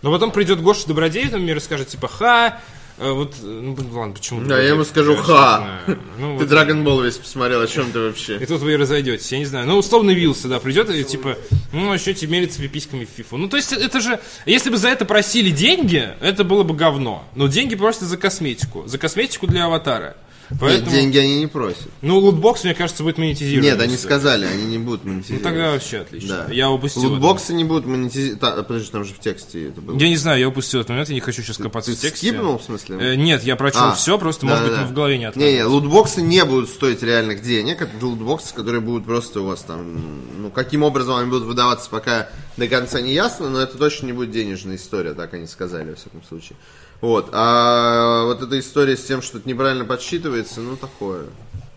Но потом придет Гоша Добродеев, он мне расскажет, типа, ха, э, вот, э, ну блин, ладно, почему?
Да, я ему
Добродеев,
скажу,
я
ха.
не знаю. Ну,
Ты
вот.
Dragon Ball весь посмотрел, о чем ты вообще?
И тут вы и разойдетесь, я не знаю. Ну, условно Вилса, да, придет и типа, ну, еще тебе мерится пиписьками в фифу. Ну, то есть, это же, если бы за это просили деньги, это было бы говно. Но деньги просто за косметику. За косметику для аватара.
Нет,
Поэтому,
деньги они не просят.
ну, лутбокс, мне кажется, будет монетизирован.
Нет, они
если-
сказали, они не будут монетизировать.
Ну, тогда вообще отлично.
Да.
Я упустил. этот
Лутбоксы не будут монетизировать. Подожди, там же в тексте это было.
момент. Я не знаю, я упустил этот момент, я не хочу сейчас копаться
Ты
в тексте.
скипнул, в смысле?
Э, нет, я прочел
А.
все, просто,
Да,
может
да,
быть,
да.
в голове не отложилось.
Не, не, лутбоксы не будут стоить реальных денег. Это лутбоксы, которые будут просто у вас там... Ну, каким образом они будут выдаваться, пока до конца не ясно, но это точно не будет денежная история, так они сказали, во всяком случае. Вот. А вот эта история с тем, что это неправильно подсчитывается, ну, такое.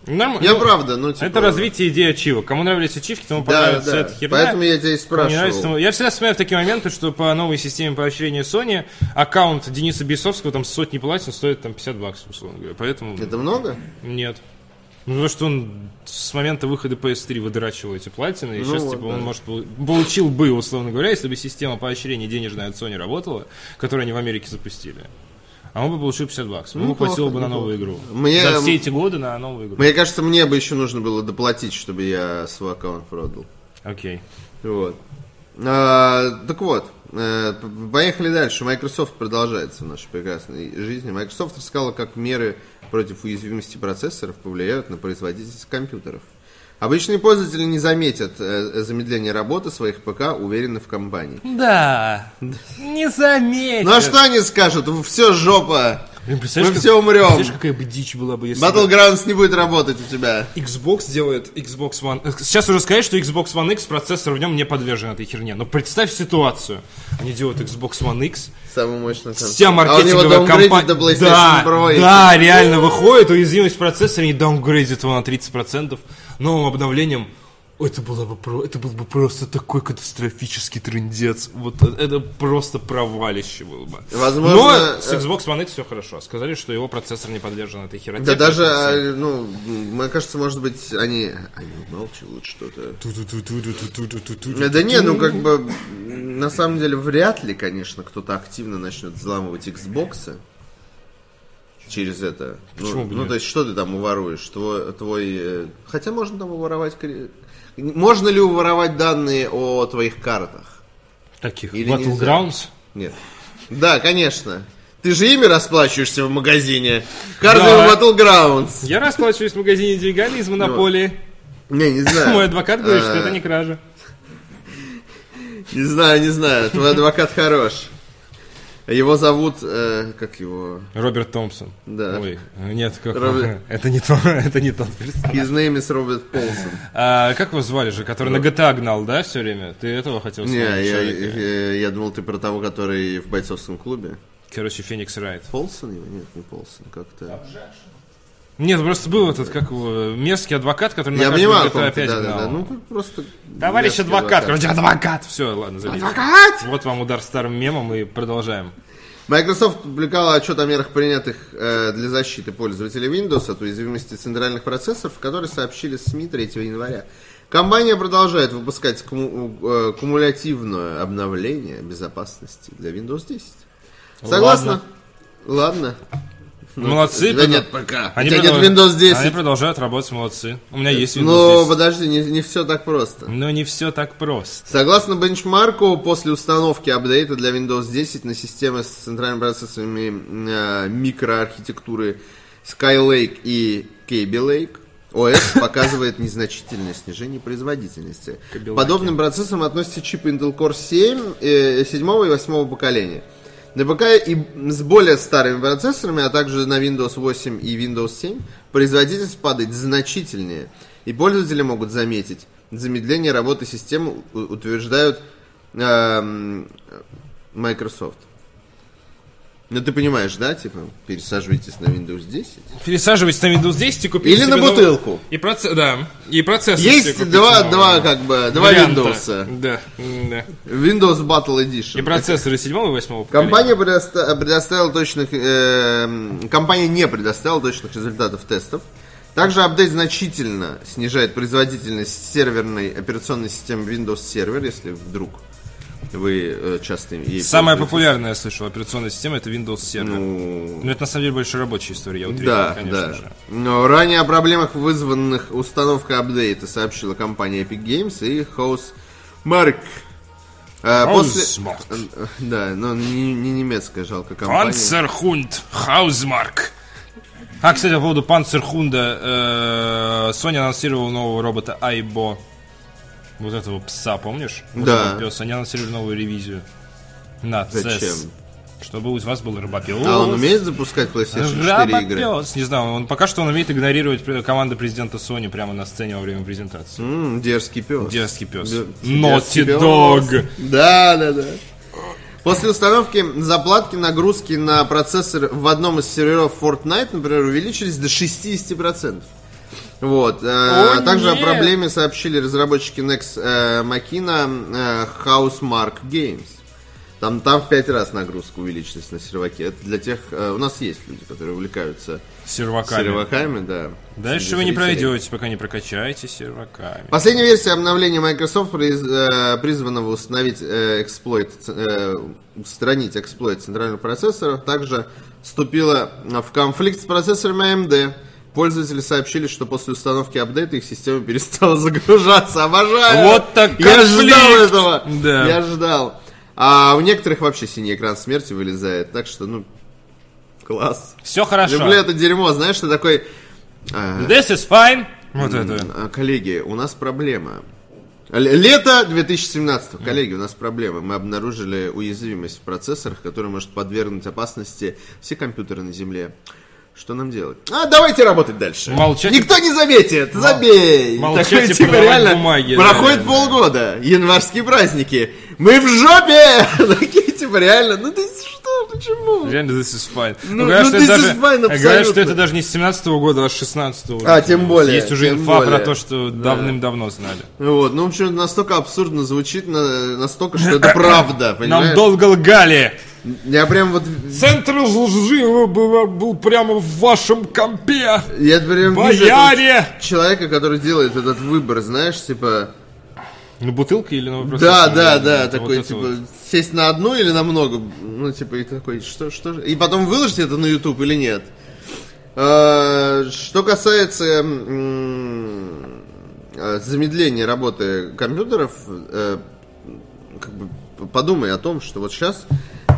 Норм-
Я
ну,
правда, ну, типа...
Это развитие идеи ачивок. Кому нравились ачивки, тому
Да,
понравится
да.
эта херня.
Поэтому я тебя и
Мне нравится, ну,
спрашивал.
там- я всегда вспоминаю в такие моменты, что по новой системе поощрения Sony аккаунт Дениса Бейсовского там сотни платин стоит там 50 баксов, условно говоря. Поэтому
Это много?
нет. Ну, потому что он с момента выхода PS3 выдрачивал эти платины, и
Ну
сейчас,
вот,
типа,
да.
он, может, пол- получил бы, условно говоря, если бы система поощрения денежная от Sony работала, которую они в Америке запустили. А он бы получил 50 баксов. Ему
неплохо,
хватило бы на
неплохо.
новую игру.
Мне-
За все эти годы на новую игру.
Мне кажется, мне бы еще нужно было доплатить, чтобы я свой аккаунт продал.
Окей.
Вот. А, так вот, э, п- поехали дальше. Microsoft продолжается в нашей прекрасной жизни. Microsoft рассказала, как меры против уязвимости процессоров повлияют на производительность компьютеров. Обычные пользователи не заметят э, замедления работы своих ПК, уверены в компании.
Да. Не заметил.
Ну а что они скажут? Все жопа!
Блин, представляешь,
Мы
как-
все умрем.
Представляешь, какая бы дичь была бы, если бы
Battlegrounds не будет работать у тебя.
Xbox делает Xbox One... э, Сейчас уже сказать, что Xbox One X процессор в нем не подвержен этой херне. Но представь ситуацию. Они делают Xbox One X,
Самый мощный
вся
консоль. А у
маркетинговая
него
компания...
даунгрейдит до PlayStation
да,
Pro. и
да, реально выходит, уязвимость процессора, они даунгрейдят его на 30% новым обновлением «Ой, это, было бы, про- это был бы просто такой катастрофический трындец. Вот э- это просто провалище было бы.
Возможно,
Но
э,
с Xbox One X все хорошо. Сказали, что его процессор не поддержан этой херотехники.
Да даже, а, ну, мне кажется, может быть, они... Они умалчивают что-то. Э, Да не, ну как бы, на самом деле, вряд ли, конечно, кто-то активно начнет взламывать Xbox через это. Ну,
Почему бы
ну,
нет?
то есть, что ты там уворуешь? Твой, твой, э, хотя можно там уворовать... кри- Можно ли уворовать данные о твоих картах?
Таких.
Или нельзя?
Battlegrounds.
Нет. Да, конечно. Ты же ими расплачиваешься в магазине. Карты
Да.
в Battlegrounds.
Я расплачиваюсь в магазине деньгами
Ну,
из монополии.
Не, не знаю.
Мой адвокат говорит, что
А,
это не кража.
Не знаю, не знаю. Твой адвокат хорош. Его зовут... э, как его?
Роберт Томпсон.
Да.
Ой, нет, как...
Роберт-
Это не то, это не тот персонаж.
His name is Роберт Полсон.
А, как его звали же, который на GTA гнал, да, все время? Ты этого хотел
Не, я,
сказать? человека?
э, я думал, ты про того, который в бойцовском клубе.
Короче, Феникс Райт.
Полсон его? Нет, не Полсон. Как-то...
Нет, просто был этот, как его, мерзкий адвокат, который
Я
на
понимаю, о
каждую
ком
GTA
ты,
5
да,
гнал.
да, да. Ну, тут просто...
Товарищ
мерзкий
адвокат, короче, адвокат. Все, ладно, забей.
Адвокат!
Вот вам удар старым мемом и продолжаем.
Microsoft публиковала отчет о мерах, принятых э, для защиты пользователей Windows а от уязвимости центральных процессоров, которые сообщили СМИ 3 января. Компания продолжает выпускать куму- э, кумулятивное обновление безопасности для Windows 10. Согласно? Ладно.
Молодцы.
у тебя
прод-
Ну, нет пока.
Они
у тебя
продолж-
нет Windows Ну, 10.
Они продолжают работать, молодцы. У меня есть
Но
Windows 10.
подожди, не, все так просто.
Но не все так просто.
Согласно бенчмарку, после установки апдейта для Windows 10 на системы с центральными процессорами э, микроархитектуры Skylake и Kaby Lake, ОС показывает незначительное снижение производительности.
Кабелаки.
К подобным процессам относятся чипы Intel Core 7, э, 7 и 8 поколения. На ПК и с более старыми процессорами, а также на Windows 8 и Windows 7 производительность падает значительнее, и пользователи могут заметить замедление работы системы, у- утверждают эм, Microsoft. Ну ты понимаешь, да, типа, пересаживайтесь на Windows 10.
Пересаживайтесь на Windows 10 и купите
Или на
себе новый-
бутылку.
И процесс, да. И процесс.
Есть два, два, как бы, два Windows.
Да, да.
Windows Battle Edition.
И процессоры 7 и 8
Компания предоста- предоставила точных, эм, компания не предоставила точных результатов тестов. Также апдейт значительно снижает производительность серверной операционной системы Windows Server, если вдруг вы э, часто ей
Самая
пользуетесь.
популярная, я слышал, операционная система это Windows Server.
Ну,
Ну, это на самом деле больше рабочая история, я утрирую,
Да,
конечно
да.
же.
Но ранее о проблемах, вызванных установкой апдейта, сообщила компания Epic Games и House Mark. Э,
Hausmark.
э, Да, но не, не немецкая, жалко, компания.
Панцерхунд Хаузмарк. А, кстати, по поводу Панцерхунда, э, Sony анонсировала нового робота Айбо. Вот этого пса, помнишь? Вот
Да.
этот пес. Они анонсировали новую ревизию. На
Зачем?
CES. Чтобы у вас был рыбопес.
А он умеет запускать PlayStation 4 игры?
Рабопёс. Не знаю, он пока что он умеет игнорировать пре- команды президента Sony прямо на сцене во время презентации.
М, дерзкий пес.
Дерзкий пес.
Ну, Дер-
Naughty
дерзкий пёс.
Dog.
Да, да, да. После установки заплатки нагрузки на процессор в одном из серверов Fortnite, например, увеличились до 60%. Вот. э,
О,
Также
нет.
о проблеме сообщили разработчики Nex э, Machina э, Housemark Games. Там, там в пять раз нагрузка увеличилась на серваке. Это для тех... э, у нас есть люди, которые увлекаются
Серваками.
серваками, да.
Дальше
Среди
вы не
зрителей.
пройдете, пока не прокачаете серваками.
Последняя версия обновления Microsoft приз- э, призвана установить э, эксплойт, э, устранить эксплойт центральных процессоров, также вступила в конфликт с процессорами AMD. Пользователи сообщили, что после установки апдейта их система перестала загружаться. Обожаю!
Вот так
Я ждал
конфликт!
этого!
Да.
Я ждал. А у некоторых вообще синий экран смерти вылезает, так что, ну, класс.
Все хорошо.
Люблю это дерьмо, знаешь, ты такой... э,
This is fine. Вот это.
а, Коллеги, у нас проблема. Л- Лето 2017 коллеги, у нас проблема. Мы обнаружили уязвимость в процессорах, которая может подвергнуть опасности все компьютеры на Земле. Что нам делать? А, давайте работать дальше.
Молчать и-
Никто не заметит, забей.
молчать и
Такой, типа,
продавать
реально
бумаги, да,
проходит
да, да.
полгода, январские праздники. мы в жопе! Такие, типа, реально, ну ты что, почему?
Реально, this is fine.
Ну,
говорят,
ну,
что
this
это даже- э,
is fine,
Говорят, что
абсолютно.
это даже не с 17 года, а с 16
А, тем более,
Есть уже
тем
инфа
более.
про то, что давным-давно знали.
Вот, ну, в общем, настолько абсурдно звучит, на- настолько, что это правда,
Нам
понимаешь?
долго лгали.
Я прям вот,
Центр лжи был, был прямо в вашем компе.
я прям вижу этого
Бояре!
человека, который делает этот выбор, знаешь, типа...
Ну, бутылка или ну, просто...
Да,
ну,
да,
вот
да,
это
такой,
вот.
типа, сесть на одну или на много, ну, типа, и такой, что, что же, и потом выложить это на YouTube или нет. А, Что касается м, а, замедления работы компьютеров, э, как бы подумай о том, что вот сейчас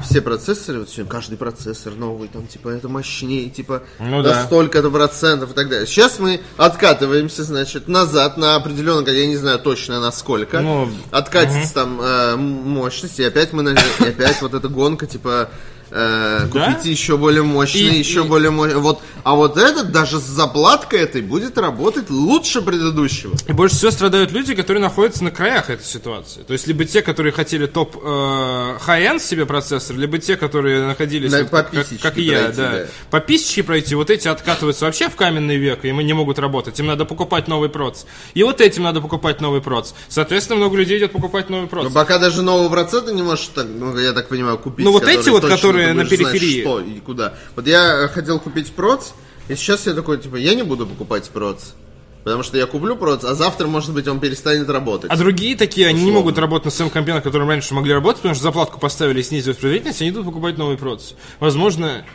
все процессоры, вот сегодня каждый процессор новый, там, типа, это мощнее, типа,
Ну
до
да.
столько-то процентов и так далее. Сейчас мы откатываемся, значит, назад на определенное, я не знаю точно насколько,
Ну,
откатится там э, мощность, и опять мы на и опять вот эта гонка, типа, э,
Да?
купите еще более мощный,
И-
еще
и-
более мощный. Вот, а вот этот даже с заплаткой этой будет работать лучше предыдущего.
И больше всего страдают люди, которые находятся на краях этой ситуации. То есть, либо те, которые хотели топ э, high-end себе процессор, либо те, которые находились,
Да,
вот
по
как, как-
писечке
как и я,
пройти,
да.
да.
По писечке пройти, вот эти откатываются вообще в каменный век, и мы не могут работать. Им надо покупать новый проц. И вот этим надо покупать новый проц. Соответственно, много людей идет покупать новый проц.
Но Ну, пока даже нового процента не можешь, так, ну, я так понимаю, купить.
Ну, вот
который
эти вот,
точно
которые
ты
на
будешь знать,
периферии.
что и куда. Вот я э, хотел купить проц, и сейчас я такой, типа, я не буду покупать проц. Потому что я куплю проц, а завтра, может быть, он перестанет работать.
А другие такие, они не могут работать на своем компе, на котором раньше могли работать, потому что заплатку поставили и снизили производительность, они идут покупать новые процы. Возможно,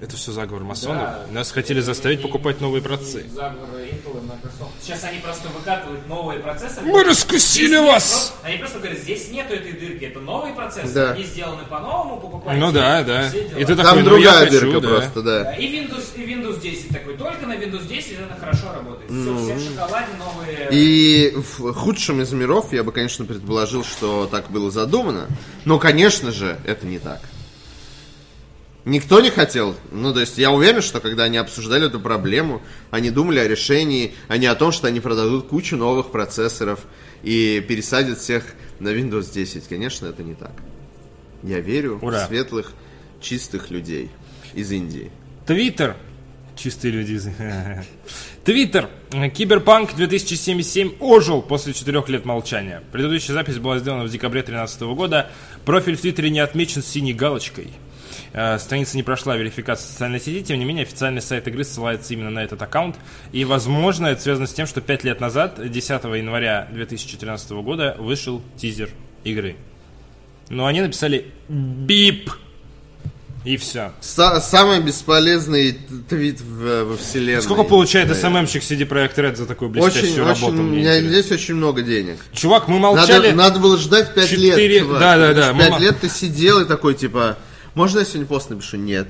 это все заговор масонов.
Да.
Нас хотели заставить покупать новые процы.
Заговор Intel и Microsoft. Сейчас они просто выкатывают новые процессоры.
Мы раскусили
Здесь
вас!
нет- Они просто говорят, здесь нету этой дырки, это новые процессоры,
Да.
они сделаны по-новому, покупайте.
Ну да, да.
все дела.
И ты
Там
такой, ну я
другая
хочу,
дырка
да.
просто, да.
Да, И Windows, и Windows 10 такой. Только на Windows 10 это хорошо работает. Все, все в шоколаде, новые...
И в худшем из миров я бы, конечно, предположил, что так было задумано. Но, конечно же, это не так. Никто не хотел. Ну, то есть, я уверен, что когда они обсуждали эту проблему, они думали о решении, а не о том, что они продадут кучу новых процессоров и пересадят всех на Windows 10. Конечно, это не так. Я верю
Ура.
в светлых, чистых людей из Индии.
Твиттер. Чистые люди. из- Твиттер. Киберпанк 2077 ожил после четырех лет молчания. Предыдущая запись была сделана в декабре 2013 года. Профиль в Твиттере не отмечен синей галочкой. Э, Страница не прошла верификацию социальной сети, тем не менее официальный сайт игры ссылается именно на этот аккаунт. И, возможно, это связано с тем, что пять лет назад, 10 января 2013 года, вышел тизер игры. Но они написали «бип» и все.
Са- самый бесполезный т- твит в- во вселенной.
Сколько получает СММщик CD Projekt Red за такую блестящую
Очень,
работу?
очень,
мне
у меня
интересно.
здесь очень много денег.
Чувак, мы
Надо,
молчали.
надо было ждать 5
Ну, четыре-
лет. чувак.
да, да, да,
Пять
мы-
лет ты сидел и такой, типа, можно я сегодня пост напишу? Нет.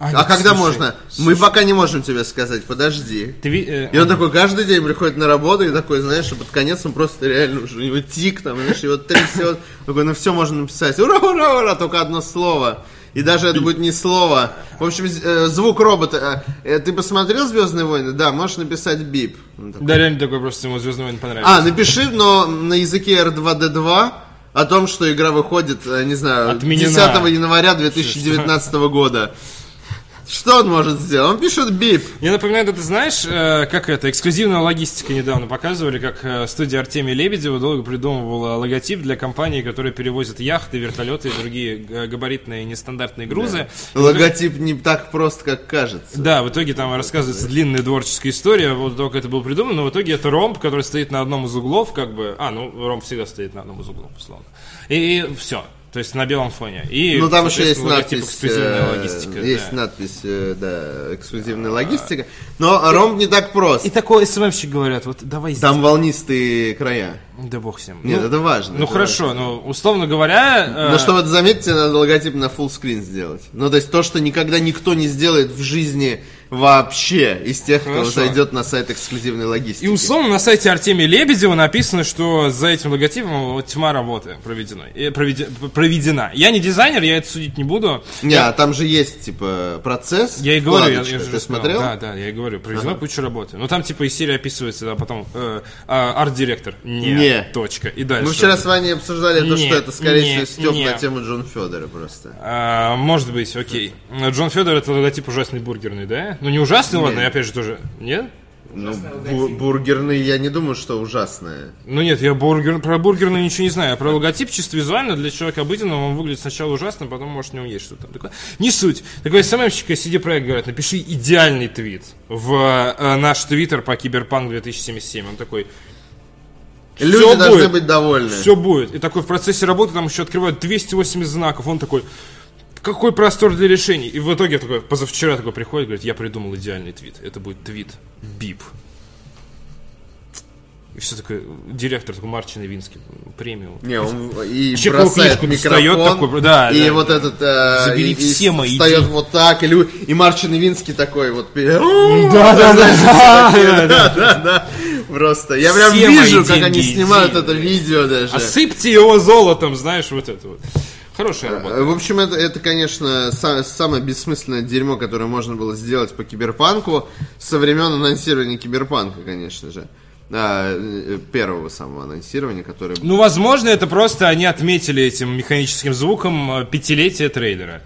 Аня,
А когда
слушай,
можно? Мы пока не можем тебе сказать, подожди.
ты ви- э,
И он такой каждый день приходит на работу и такой, знаешь, и под конец он просто реально уже у него тик там, знаешь, его трясет. Такой, ну все можно написать. Ура, ура, ура, только одно слово. И даже это будет не слово. В общем, э, звук робота. Э, Ты посмотрел Звездные войны? Да, можешь написать бип. Он такой,
Да, реально такой просто ему звездный войн понравился.
а, напиши, но на языке R2D2 о том, что игра выходит, э, не знаю,
Отменена.
10 января 2019 года. Что он может сделать? Он пишет бип.
Мне напоминает, это знаешь, э, как это, эксклюзивная логистика недавно показывали, как э, студия Артемия Лебедева долго придумывала логотип для компании, которая перевозит яхты, вертолеты и другие г- габаритные нестандартные грузы.
Логотип не так прост, как кажется.
Да, в итоге там рассказывается длинная дворческая история, вот только это было придумано, но в итоге это ромб, который стоит на одном из углов, как бы, а, ну, ромб всегда стоит на одном из углов, условно. И, все, то есть на белом фоне. И,
Ну там еще есть
соответственно, логотип
надпись,
«Эксклюзивная
э,
логистика»,
есть
да. А.
надпись, э, да, эксклюзивная логистика, но ромб не так прост.
И такой СММщик говорят, вот давай
Там волнистые края.
здесь. Да бог с ним.
Нет,
ну,
это важно.
ну
это
хорошо, ну, условно говоря... э,
Но что вот Ну, заметьте, надо логотип на full screen сделать. Ну, то есть то, что никогда никто не сделает в жизни вообще из тех, кто
Хорошо.
зайдет на сайт эксклюзивной логистики.
И условно на сайте Артемия Лебедева написано, что за этим логотипом вот тьма работы проведена. проведена. проведена. Я не дизайнер, я это судить не буду.
Не, а там же есть, типа, процесс.
Я и говорю, я,
вкладочка.
я же
Ты
сказал.
смотрел?
Да, да, я и говорю, проведена куча работы. Но там типа из серии описывается, да, потом э, а, арт-директор. Не,
Не.
Точка. И дальше.
Мы вчера с вами обсуждали то,
Не,
что это, скорее
не,
всего, стёб
не.
на тему Джон Федора просто.
А, может быть, окей. Джон Федор это логотип ужасный бургерный, да? Ну не ужасный, ладно, я опять же тоже. Нет?
Ну,
Ужасный
бу-
логотип.
бургерные, я не думаю, что ужасные.
Ну нет, я бургер, про бургерную ничего не знаю. А Про логотип чисто визуально для человека обыденного он выглядит сначала ужасно, потом может в нем есть что-то такое. Не суть. Такой СММщик из CD Projekt говорят, напиши идеальный твит в э, наш твиттер по Киберпанк 2077. Он такой,
Люди
Всё
должны
будет.
быть довольны.
все будет. И такой в процессе работы там еще открывают 280 знаков. Он такой, какой простор для решений. И в итоге такой, позавчера такой приходит, говорит, я придумал идеальный твит. Это будет твит бип. И все такое, директор такой Марчин Винский, премию.
Не, он и
Чековую
бросает
книжку
микрофон,
достает такой, да,
и
да,
вот
да.
этот э,
Забери
и- и
все мои
встает
идеи.
вот так, и, лю- и Марчин Ивинский такой вот. Да,
да, да, да,
да, да. Просто. Я прям
Все
вижу,
мои
как они
деньги,
снимают
идеи. А
это видео даже.
Осыпьте его золотом, знаешь, вот это вот. Хорошая работа.
Э, В общем, это, это конечно, са- самое бессмысленное дерьмо, которое можно было сделать по киберпанку со времен анонсирования киберпанка, конечно же. А, э, первого самого анонсирования, которое
Ну, возможно, это просто они отметили этим механическим звуком э, пятилетие трейдера.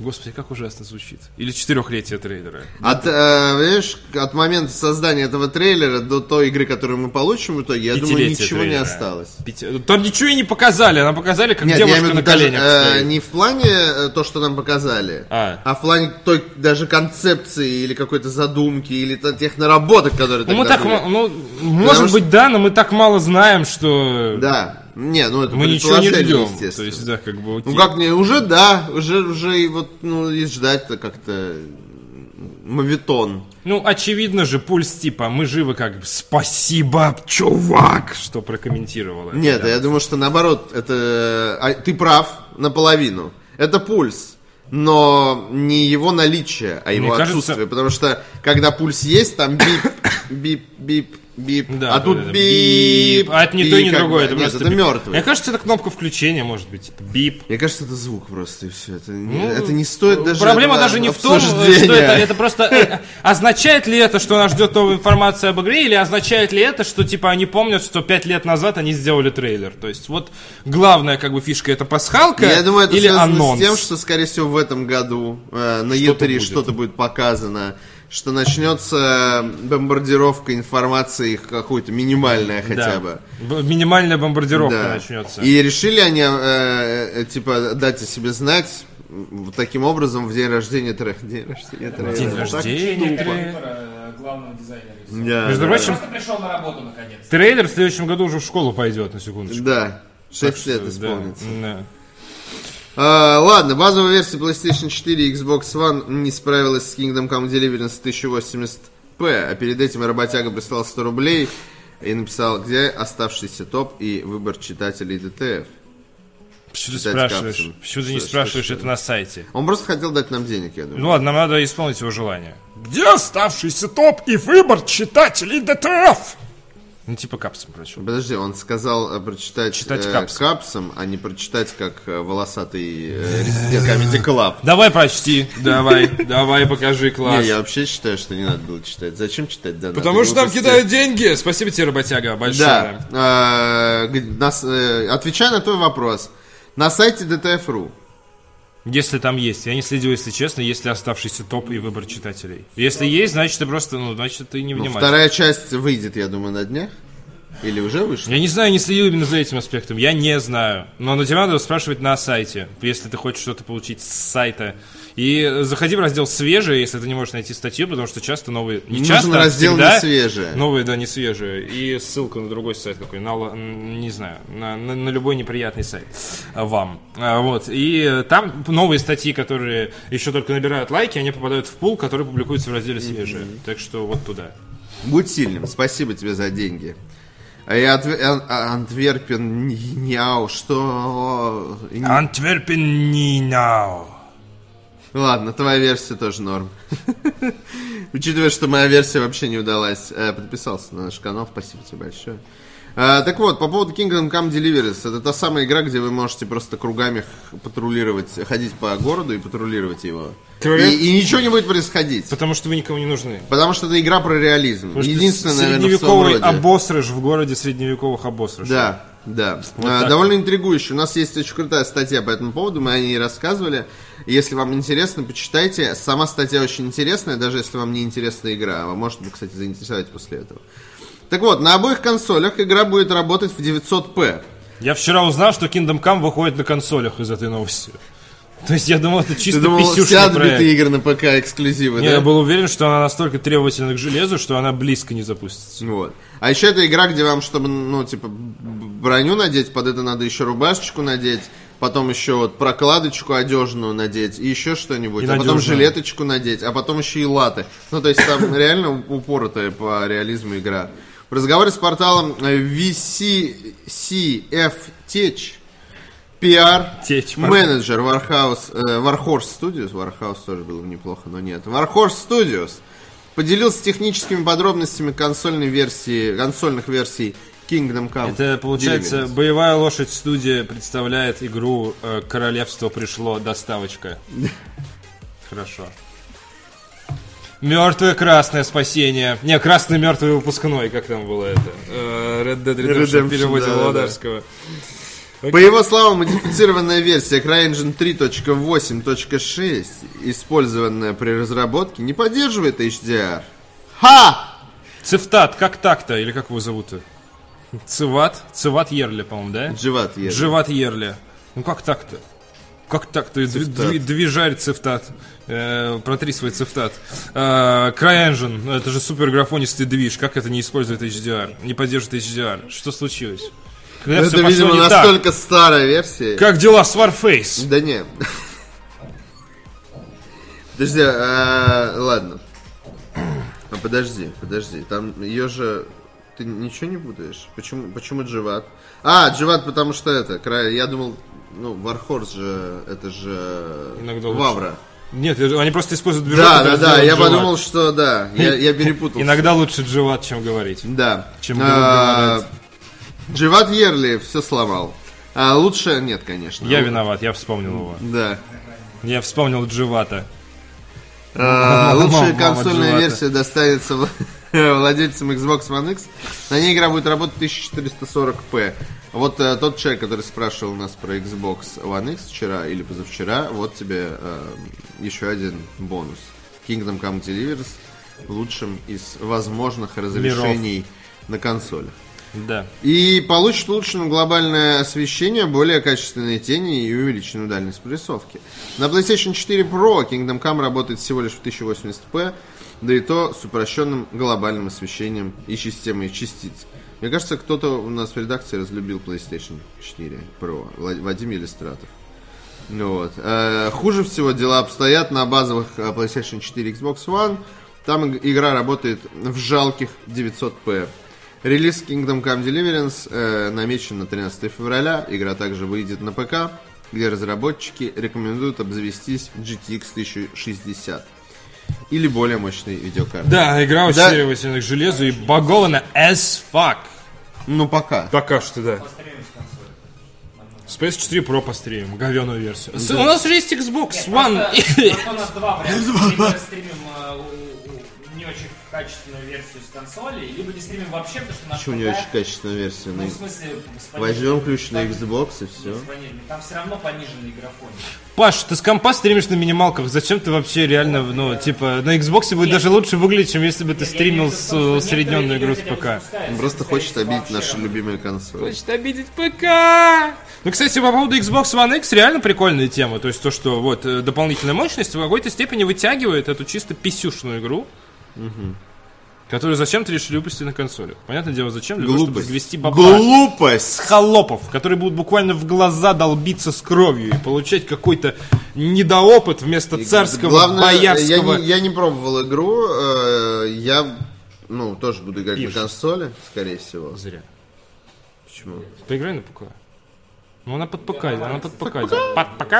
Господи, как ужасно звучит. Или четырехлетие трейдера.
От, э, понимаешь, от момента создания этого трейлера до той игры, которую мы получим в итоге, я думаю,
Пятилетие
ничего не
трейлера.
осталось.
Пяти- Там ничего и не показали, она показали, как
Нет, я
девушка
имею в
на
виду даже
коленях
э,
стоит.
не в плане э, то, что нам показали,
А.
в плане той даже концепции или какой-то задумки, или та- тех наработок, которые
Ну, мы
тогда
так,
были.
ма- ну, может
что-
быть, да, но мы так мало знаем, что
Да. Не, ну это
мы ничего не
предположение,
ждем. То
естественно.
есть, да, как бы окей.
Ну как мне, уже да, уже, уже и вот, ну и ждать-то как-то мавитон.
Ну, очевидно же, пульс типа «Мы живы» как бы «Спасибо, чувак!» Что прокомментировала.
Нет, э, я думаю, что наоборот, это а, ты прав наполовину. Это пульс, но не его наличие, а его
Мне кажется-
отсутствие, потому что когда пульс есть, там бип, бип, бип, бип,
Да,
а
да,
тут
да, да.
бип,
А это не
и
то, и не
как бы-
другое. Это
нет,
просто
это
бип.
мертвый.
Мне кажется, это кнопка включения, может быть. типа Бип.
Мне кажется, это звук просто и все. Это, не-
Ну,
это не стоит даже.
Проблема
этого
даже не в том, что это,
обсуждения.
это просто э, означает ли это, что нас ждет новая информация об игре, или означает ли это, что типа они помнят, что пять лет назад они сделали трейлер. То есть вот главная как бы фишка это пасхалка
Я думаю, это
или
связано
анонс.
с тем, что, скорее всего, в этом году э, на
Что-то
Е3
будет.
что-то будет показано, что начнется бомбардировка информации какой-то минимальная
Да.
хотя бы.
Б- Минимальная бомбардировка
Да.
начнется.
И решили они, э, э, типа, дать о себе знать м, вот таким образом в день рождения трех. День рождения трейлера.
День
Так
рождения.
тупо.
трейлер.
Выбора, э, главного дизайнера. и всё.
Да,
Между
да.
прочим,
Просто пришел на работу наконец.
трейлер в следующем году уже в школу пойдет, на секундочку.
Да, 6 лет
Да,
исполнится.
да.
А, ладно, базовая версия PlayStation 4 и Xbox One не справилась с Kingdom Come Deliverance 1080p, а перед этим работяга прислал 100 рублей и написал, где оставшийся топ и выбор читателей ДТФ.
Почему ты
Читать
спрашиваешь?
капсулы.
Почему ты не
Что- что-
спрашиваешь
что?
это на сайте?
Он просто хотел дать нам денег, я думаю.
Ну ладно, нам надо исполнить его желание. Где оставшийся топ и выбор читателей ДТФ? Ну, типа капсом, короче.
Подожди, он сказал э, прочитать
Читать
э,
капсом.
капсом, а не прочитать как э, волосатый э, резидент Comedy Club.
Давай прочти, давай, давай покажи класс.
Не, я вообще считаю, что не надо было читать. Зачем читать донаты?
Потому что там
Глупости.
кидают деньги. Спасибо тебе, работяга, большое.
Да. Э, г- нас, э, Отвечая на твой вопрос, на сайте DTF.ru
Если там есть. Я не следил, если честно, если оставшийся топ и выбор читателей. Если есть, значит, ты просто, ну, значит, ты не
ну,
внимательно.
вторая часть выйдет, я думаю, на днях. Или уже вышла?
Я не знаю, не следил именно за этим аспектом. Я не знаю. Но на тебя надо спрашивать на сайте, если ты хочешь что-то получить с сайта. И э, заходи в раздел «Свежие», если ты не можешь найти статью, потому что часто новые... Не
Нужен
часто, а
раздел
всегда
«Не свежие».
Новые, да, не свежие. И ссылка на другой сайт какой. На, л- м, не знаю. На, на- на любой неприятный сайт а, вам. А, Вот. И э, там новые статьи, которые еще только набирают лайки, они попадают в пул, который публикуется в разделе «Свежие». Так что вот туда.
Будь сильным. Спасибо тебе за деньги. А я Отве- Ан- а- Антверпен, Ниау, что? И не-
Антверпен Нинау.
Ладно, твоя версия тоже норм. Учитывая, что моя версия вообще не удалась. Э, Подписался на наш канал, спасибо тебе большое. Э, Так вот, по поводу Kingdom Come Deliverance. Это та самая игра, где вы можете просто кругами х- патрулировать, ходить по городу и патрулировать его. И,
Ты уверен?
и ничего не будет происходить.
Потому что вы никому не нужны.
Потому что это игра про реализм.
Потому что
Единственная,
с-
наверное, в своем
средневековый
роде.
обосрыж в городе средневековых обосрыж.
Да, да.
Вот
А,
так.
довольно интригующе. У нас есть очень крутая статья по этому поводу, мы о ней рассказывали. Если вам интересно, почитайте. Сама статья очень интересная, даже если вам не интересна игра. Вам может, кстати, заинтересовать после этого. Так вот, на обоих консолях игра будет работать в 900p.
Я вчера узнал, что Kingdom Come выходит на консолях из этой новости. То есть я думал, это чисто
Ты думал, все
писюшный
отбитые
проект.
игры на ПК эксклюзивы,
Не,
да?
я был уверен, что она настолько требовательна к железу, что она близко не запустится.
Вот. А еще это игра, где вам, чтобы, ну, типа, б- броню надеть, под это надо еще рубашечку надеть, потом еще вот прокладочку одежную надеть, и еще что-нибудь,
И
а потом
надежную.
жилеточку надеть, а потом еще и латы. Ну, то есть там реально упоротая по реализму игра. В разговоре с порталом э, VCCF Tech PR
Течь,
менеджер Warhouse, э, Warhorse Studios, Warhouse тоже было бы неплохо, но нет, Warhorse Studios поделился техническими подробностями консольной версии, консольных версий Kingdom Come.
Это получается,
Deliverance.
боевая лошадь студия представляет игру э, Королевство пришло доставочка. Хорошо. Мертвое красное спасение. Не, красный мертвый выпускной, как там было это. Э, Red Dead Redemption
Redemption,
в переводе
да-да-да.
Володарского.
По его словам, модифицированная версия CryEngine 3.8.6, использованная при разработке, не поддерживает HDR. Ха!
Цифтат, как так-то? Или как его зовут-то? Циват? Циват Ерли, по-моему, да?
Дживат едет.
Живат Ерли. Ну как так-то? Как так-то? Дви- дви- Движарь цифтат. Э, протри свой цифтат. Э, CryEngine. Ну, Это же супер графонистый движ. Как это не использует HDR? Не поддерживает HDR. Что случилось? Когда
Это,
всё пошло
видимо,
не так?
настолько старая версия.
Как дела с Warface?
Да не. Подожди, а, ладно. А подожди, подожди. Там ее же... Ты ничего не путаешь? Почему, почему Дживат? А, Дживат, потому что это, край, я думал, ну, Вархорс же, это же
Иногда лучше.
Вавра.
Нет, я- они просто используют движок.
Да,
который
да, да,
сделал
я
Дживат.
подумал, что да, я, я перепутал.
Иногда лучше Дживат, чем говорить.
Да.
Чем
А,
было
Дживат Ерли все сломал. А лучше нет, конечно.
Я виноват, я вспомнил его.
Да.
Я вспомнил Дживата.
А,
Мама,
Лучшая
мама
консольная
Дживата.
версия достанется вла- владельцам Xbox One X. На ней игра будет работать 1440p. Вот э, тот человек, который спрашивал у нас про Xbox One X вчера или позавчера, вот тебе э, еще один бонус. Kingdom Come Deliverance в лучшем из возможных разрешений на консолях.
Да.
И получит улучшенное глобальное освещение, более качественные тени и увеличенную дальность прорисовки. На PlayStation 4 Pro Kingdom Come работает всего лишь в 1080p, да и то с упрощенным глобальным освещением и системой частиц. Мне кажется, кто-то у нас в редакции разлюбил PlayStation 4 Pro, Вла- Вадим Елистратов. Ну Вот. Э, хуже всего дела обстоят на базовых э, PlayStation 4 Xbox One. Там иг- игра работает в жалких 900p. Релиз Kingdom Come Deliverance э, намечен на 13 февраля. Игра также выйдет на ПК, где разработчики рекомендуют обзавестись GTX 1060 или более мощной видеокартой.
Да, игра очень
Да.
требовательна к железу и багована as fuck.
Ну пока.
Пока что, да. Space 4 Pro пострим, говеную версию. С- У нас же есть Xbox One.
Просто у нас два варианта. Либо стримим э, у- у- не очень качественную версию с консоли, либо не стримим вообще, потому что наш
Почему не
ПК,
очень качественная версия?
Ну,
Ну,
в смысле, с пониженной-
Возьмем ключ на
там-
Xbox и все.
Нет, с пониженной. Там все равно пониженный графон.
Паш, ты с компа стримишь на минималках. Зачем ты вообще реально, ну, типа, на Xbox будет даже лучше выглядеть, чем если бы ты стримил с усредненную игру с ПК.
Просто хочет обидеть наши любимые консоли.
Хочет обидеть ПК. Ну, кстати, по поводу Xbox One X реально прикольная тема. То есть то, что вот э, дополнительная мощность в какой-то степени вытягивает эту чисто писюшную игру. Которую зачем-то решили выпустить на консолях. Понятное дело, зачем? Для того, чтобы
Глупость.
извести бабла.
Глупость!
холопов, которые будут буквально в глаза долбиться с кровью и получать какой-то недоопыт вместо царского
Главное,
боярского.
Я не, я не пробовал игру, э, я ну тоже буду играть
Пишешь.
на консоли, скорее всего.
Зря.
Почему?
Поиграй на ПК. Ну, она под ПК, она под ПК делает. Под ПК!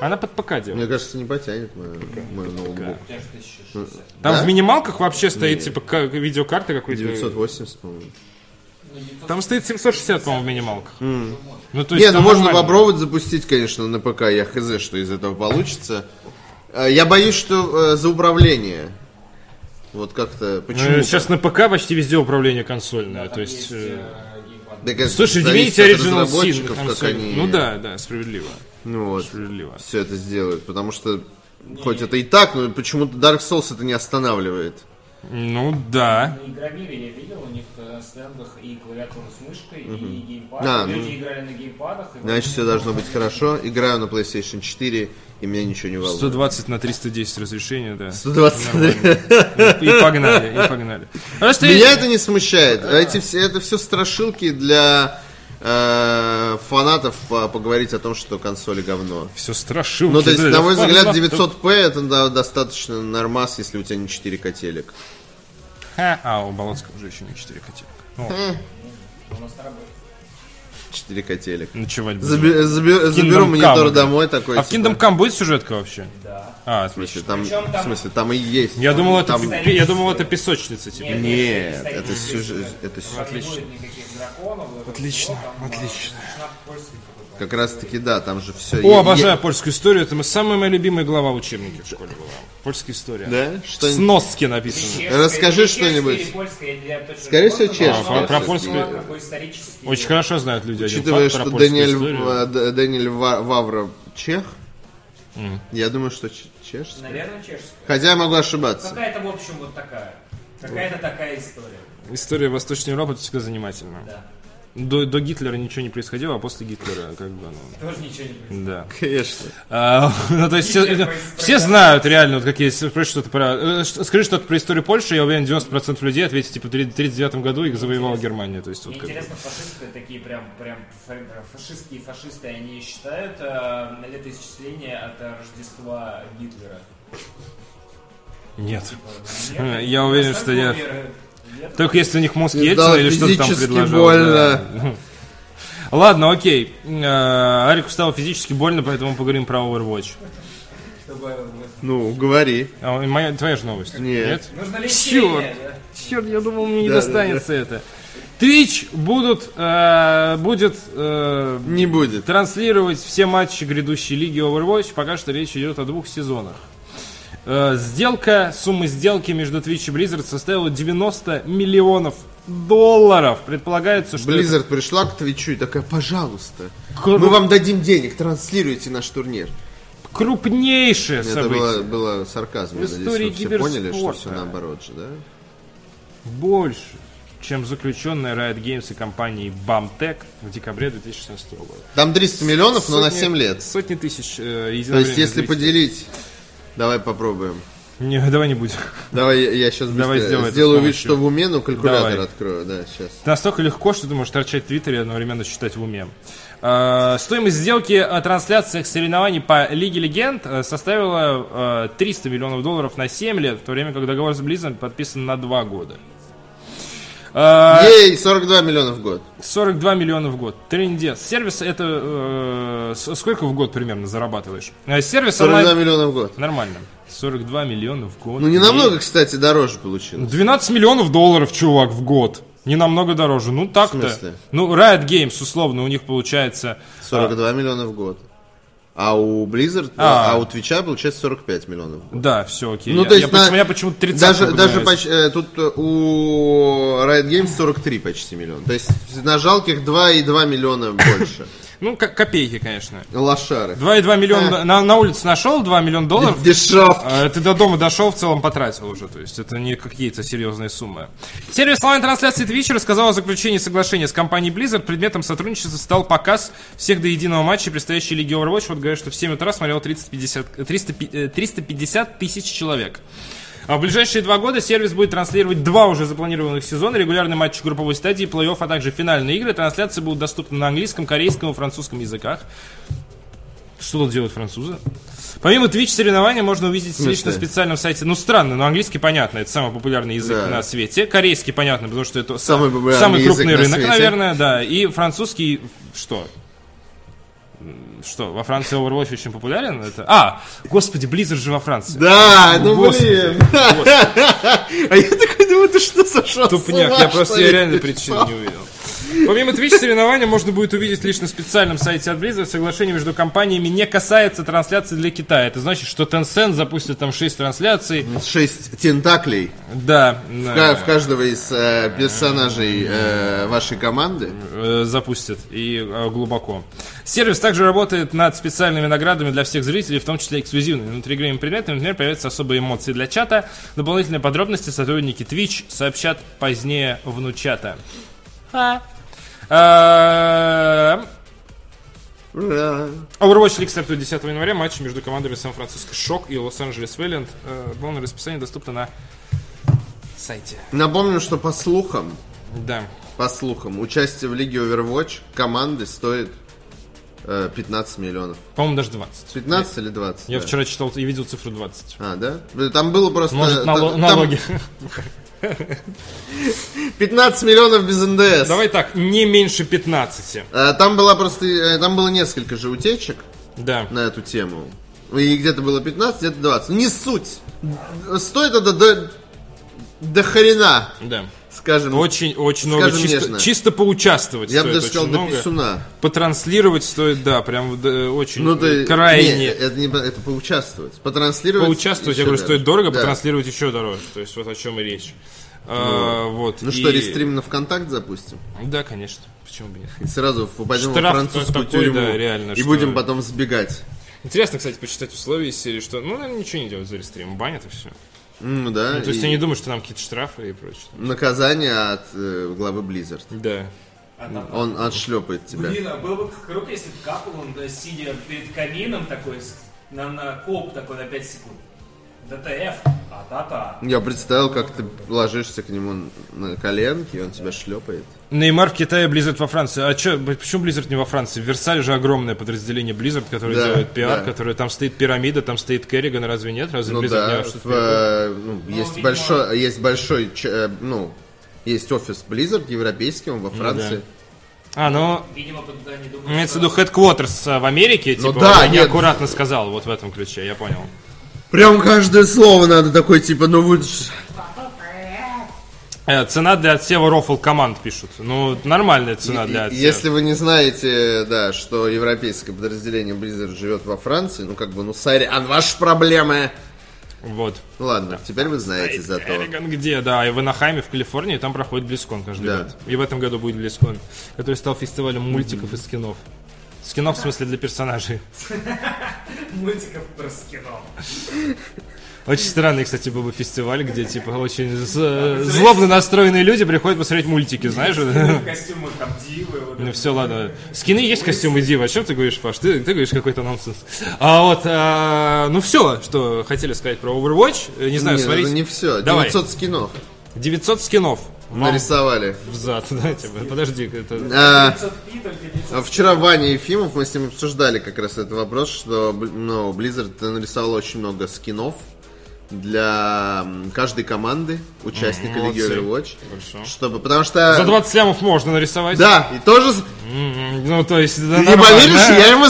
Она под ПК делает.
Мне кажется, не потянет мой, мой ноутбук.
У тебя же 1060.
Там
Да?
в минималках вообще стоит, типа, ка- видеокарта какой-то.
980, по-моему.
Там стоит 760, по-моему, в минималках. Ну, то
Нет,
там
можно
нормально.
попробовать запустить, конечно, на ПК. Я хз, что из этого получится. Э, Я боюсь, что э, за управление. Вот как-то...
Ну,
Почему?
Сейчас на ПК почти везде управление консольное, то
Там
есть... э,
э, геймпад.
Так это
Слушай,
зависит
Divinity
от
Original Sin.
разработчиков,
там
как
всё-
они...
Ну да, да, справедливо.
Ну вот.
Справедливо.
все это сделают, потому что хоть это и так, но почему-то Dark Souls это не останавливает.
Ну да.
На Игромире я видел, у них э, на стендах и клавиатуру с мышкой, и геймпад.
Да, ну,
Люди играли на геймпадах. и
Значит, все
вот
должно быть хорошо. Играю на PlayStation 4, и меня ничего не волнует.
120 на 310 разрешение, да.
120.
И погнали, и погнали. Просто
Меня это не смущает. Эти все, это все страшилки для э, фанатов по- поговорить о том, что консоли говно.
Все страшилки.
Ну, то есть,
да.
на мой взгляд,
Ладно,
900p это да, достаточно нормас, если у тебя не 4 котелек.
Ха, А, у Болотского уже еще не 4 котелка. Ну,
У нас на работе.
4 котелек.
ночевать будем.
Заби- заби- заберу
Kingdom
монитор
Come.
домой такой.
А в
типа,
Kingdom Come будет сюжетка вообще?
Да.
А,
В смысле,
отлично.
там,
Причем там-
в смысле, там и есть.
Я
Там-
думал, это,
там-
пи- я думал, это песочница, типа.
Нет,
Нет,
стоит
это
никаких
сюжет-
драконов.
это
Там не
Отлично.
будет никаких драконов. вот этого
Отлично,
всего, там, а,
отлично.
шнап польский какой-то.
Как раз таки, да, там же все.
О, обожаю польскую историю. Это мы- самая моя любимая глава в учебнике в школе была. Польская история.
Да? Что
Сноски написано.
Чешская-
Расскажи
чешская
что-нибудь.
или польская, я- я точно
Скорее
не
всего,
помню,
чешская.
но
А, про- про
это
польскую-
было такой исторический-
Очень хорошо знают люди один
учитывая,
факт про
что
польскую
Даниэль,
историю.
э, Д- Даниэль Ва- Вавра чех, я думаю, что ч- чешский.
Наверное, чешская.
Хотя я могу ошибаться.
Какая-то, в общем, вот такая. Какая-то такая история.
История Восточной Европы это всегда занимательна.
Да.
До, до Гитлера ничего не происходило, а после Гитлера как бы, ну,
Тоже ничего не понимаю.
да.
Конечно.
А, ну, то есть
Гитлер
все,
проис-
все знают реально, вот как я если спрошу что-то про... э, ш- Скажи что-то про историю Польши, я уверен, 90% людей ответит, типа, в 39 году их завоевала Германия, то есть вот
Мне
как бы.
интересно, фашисты такие прям, прям фа- фашистские фашисты, они считают э, летоисчисление от э, Рождества Гитлера?
Нет.
Типа,
Э, я уверен, что
Настолько
нет.
веры нет?
Только если у них мозг
Не
Ельцина
знаю,
или что-то там
физически
предложил.
больно.
да. Ладно, окей. Э, Арику стало физически больно, поэтому поговорим про Overwatch.
Чтобы, вот,
Ну, говори.
А, моя- твоя же новость.
Нет.
Нужно
Черт,
лечение. да?
черт, я думал, мне не
Да, да,
достанется это. Twitch будут, э, будет э,
Не будет.
транслировать все матчи грядущей лиги Overwatch. Пока что речь идет о двух сезонах. Э, сделка, сумма сделки между Twitch и Blizzard составила 90 миллионов долларов. Предполагается, что... это-
Blizzard пришла к Твичу и такая, пожалуйста,
Кру-
мы вам дадим денег, транслируйте наш турнир.
крупнейшее
Это
событие.
было, было сарказм.
В
Я надеюсь,
истории
вы все поняли, что
киберспорта.
все наоборот же, да?
Больше, чем заключенная Riot Games и компанией BAMTech в декабре 2016 года.
Там 300 миллионов, но Ну, на
Сотни-
7 лет.
Сотни тысяч э,
То есть,
единовременных
если
зрителей.
поделить... Давай попробуем.
Не, давай не будем.
Давай я, сейчас
Давай сделай это с
сделаю вид,
помощью.
что в уме, но калькулятор
Давай.
открою. Да, сейчас.
Это настолько легко, что ты можешь торчать в Твиттере и одновременно считать в уме. Э, стоимость сделки о трансляциях соревнований по Лиге Легенд э, составила э, 300 миллионов долларов на 7 лет, в то время как договор с Blizzard подписан на 2 года. Э,
Ей, 42 миллиона в год.
42 миллиона в год. Трендец. Сервис это... э, с- сколько в год примерно зарабатываешь? Э, Сервис
42
онлайн...
миллиона в год.
Нормально. 42 миллиона в год.
Ну, не
И-
намного, кстати, дороже получилось.
12 миллионов долларов, чувак, в год. Не намного дороже. Ну
В
так-то.
смысле?
Ну, Riot Games, условно, у них получается...
42 миллиона в год. А у Blizzard,
А.
а, у Твича получается 45 миллионов. в год.
Да, все, окей.
Ну,
я,
то есть
я почему-
на-
я почему-то 30
Даже, даже
погнаюсь.
поч- э, тут э, у Riot Games 43 почти миллиона. То есть на жалких 2,2 миллиона больше.
Ну, ко- копейки, конечно.
Лошары.
2,2 миллиона... На, на улице нашел 2 миллиона долларов,
Дешевки.
А, Ты до дома дошел, в целом потратил уже. То есть это не какие-то серьезные суммы. Сервис онлайн-трансляции Twitch рассказал о заключении соглашения с компанией Blizzard. Предметом сотрудничества стал показ всех до единого матча предстоящей Лиги Overwatch. Вот говорят, что в 7 утра смотрел 350, 300, э, 350 тысяч человек. А в ближайшие два года сервис будет транслировать два уже запланированных сезона, регулярный матч групповой стадии, плей-офф, а также финальные игры. Трансляции будут доступны на английском, корейском и французском языках. Что тут делают французы? Помимо Twitch соревнования можно увидеть лишь на
смысле?
специальном сайте. Ну, странно, но английский понятно, это самый популярный язык
Да.
на свете. Корейский понятно, потому что это
Самый популярный
самый
язык
крупный
на
рынок,
свете.
наверное, да. И французский, что? Что, во Франции Overwatch очень популярен? Это... А, господи, Blizzard же во Франции.
Да, ну
Господи,
блин. А я такой думаю, ты что, сошел? с
Тупняк,
ума,
я
что
просто
ли?
я реально причин не увидел. Помимо Twitch соревнования можно будет увидеть лишь на специальном сайте от Blizzard. Соглашение между компаниями не касается трансляций для Китая. Это значит, что Tencent запустит там 6 трансляций.
Шесть тентаклей
Да,
в
на-
ка- в каждого из э, персонажей э, вашей команды.
э, запустят и э, глубоко. Сервис также работает над специальными наградами для всех зрителей, в том числе эксклюзивными внутриигровыми предметами. Например, появятся особые эмоции для чата. Дополнительные подробности сотрудники Twitch сообщат позднее внучата. Ха. Эм,
Ура.
Overwatch League стартует 10 января. Матч между командами Сан-Франциско Шок и Лос-Анджелес Вэллиант. Э, Полное расписание доступно на сайте.
Напомню, что по слухам,
Да.
по слухам, участие в лиге Overwatch команды стоит э, 15 миллионов.
По-моему, даже 20.
15 или 20?
Я
да?
вчера читал и видел цифру 20.
А, да? Ну, Там было просто...
Может,
та-
нало-
там
налоги.
15 миллионов без НДС.
Давай так, не меньше 15.
Э, Там была просто... э, Там было несколько же утечек
Да.
на эту тему. И где-то было 15, где-то 20. Не суть. Стоит это до, до хрена,
Да.
скажем.
Очень, очень много.
Скажем
Чисто,
нежно.
чисто поучаствовать
я бы
стоит
даже
очень
сказал, до
много.
писюна.
Потранслировать стоит, да, прям вот, э, очень
Ну, ты,
э, крайне.
не, это, не, по- это поучаствовать. Потранслировать.
Поучаствовать, я
еще
говорю, стоит
дальше.
дорого,
Да.
потранслировать еще дороже. То есть вот о чем и речь. А, вот.
Ну что,
и-
рестрим на ВКонтакт запустим?
Да, конечно. Почему бы нет?
И сразу попадем
Штраф
во французскую
такой,
тюрьму.
да, реально,
и
что-
будем потом сбегать.
Интересно, кстати, почитать условия из серии, что, ну, наверное, ничего не делают за рестрим, банят и все.
Ну да.
То есть
и
я не думаю, что там какие-то штрафы и прочее.
Наказание от э, главы Blizzard.
Да.
А там-
Он отшлепает тебя.
Блин, а было бы круто, если бы капал он, да, сидя перед камином такой, с- на, на коп такой на 5 секунд. ДТФ, а-та-та.
Я представил, как ты ложишься к нему на коленки, и он тебя шлепает.
Неймар в Китае, Blizzard во Франции. А чё, б- почему Blizzard не во Франции? В Версале же огромное подразделение Blizzard, которое
Да,
делает пиар,
да.
которое там стоит пирамида, там стоит Керриган, разве нет? Разве
Ну
Blizzard не
да,
во что-то
в,
переходит?
э, ну, есть
видимо-
большой, есть большой, ч- э, ну, есть офис Blizzard европейский,
Ну
он во Франции.
А, ну,
Видимо, туда не думают.
имеется в
что-
виду Headquarters э, в Америке,
Ну
типа,
да,
я
нет.
аккуратно сказал, вот в этом ключе, я понял.
Прям каждое слово надо такой, типа, ну вы... ж-
Э, Цена для отсева рофл команд пишут. Ну, нормальная цена
И-
для отсева.
Если вы не знаете, да, что европейское подразделение Blizzard живет во Франции, ну как бы, ну сорян, ваши проблемы.
Вот.
Ну ладно, теперь вы знаете зато.
Э, Керриган где, да, и в Анахайме, в Калифорнии, там проходит Близкон каждый
Да.
год. И в этом году будет Близкон, который стал фестивалем мультиков и скинов. Скинов, в смысле, для персонажей.
Мультиков про скино.
Очень странный, кстати, был бы фестиваль, где, типа, очень з- злобно настроенные люди приходят посмотреть мультики, знаешь?
В костюмах там дивы. вот
Ну
это.
все, ладно. Скины есть, костюмы Дива. О чем ты говоришь, Паш? Ты, ты говоришь какой-то нонсенс. А вот, а, ну все, что хотели сказать про Overwatch. Не знаю,
Не, ну,
смотрите.
это не все.
Давай. Ну.
900 скинов
900 скинов. Вам
нарисовали.
в зад, да, типа, подожди, это...
А,
500p, только 500p.
А Вчера Ваня Ефимов, мы с ним обсуждали как раз этот вопрос, что бл- ну, Blizzard нарисовала очень много скинов для м, каждой команды участника
Мгм,
Лиги
молодцы.
Overwatch.
Хорошо.
Чтобы, потому что...
За 20 лямов можно нарисовать.
Да, и тоже... с-
М, Ну, то есть, да,
Ты не
нормально.
поверишь, я ему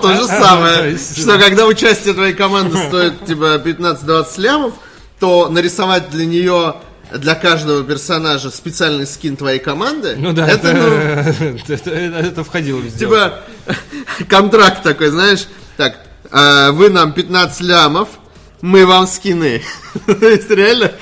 то же
то
самое.
есть-
Что когда участие твоей команды стоит типа 15-20 лямов, то нарисовать для нее для каждого персонажа специальный скин твоей команды,
Ну да, это,
это, ну,
это, это- это входило в сделку.
Типа контракт такой, знаешь, так, э, вы нам 15 лямов, мы вам скины. То есть реально,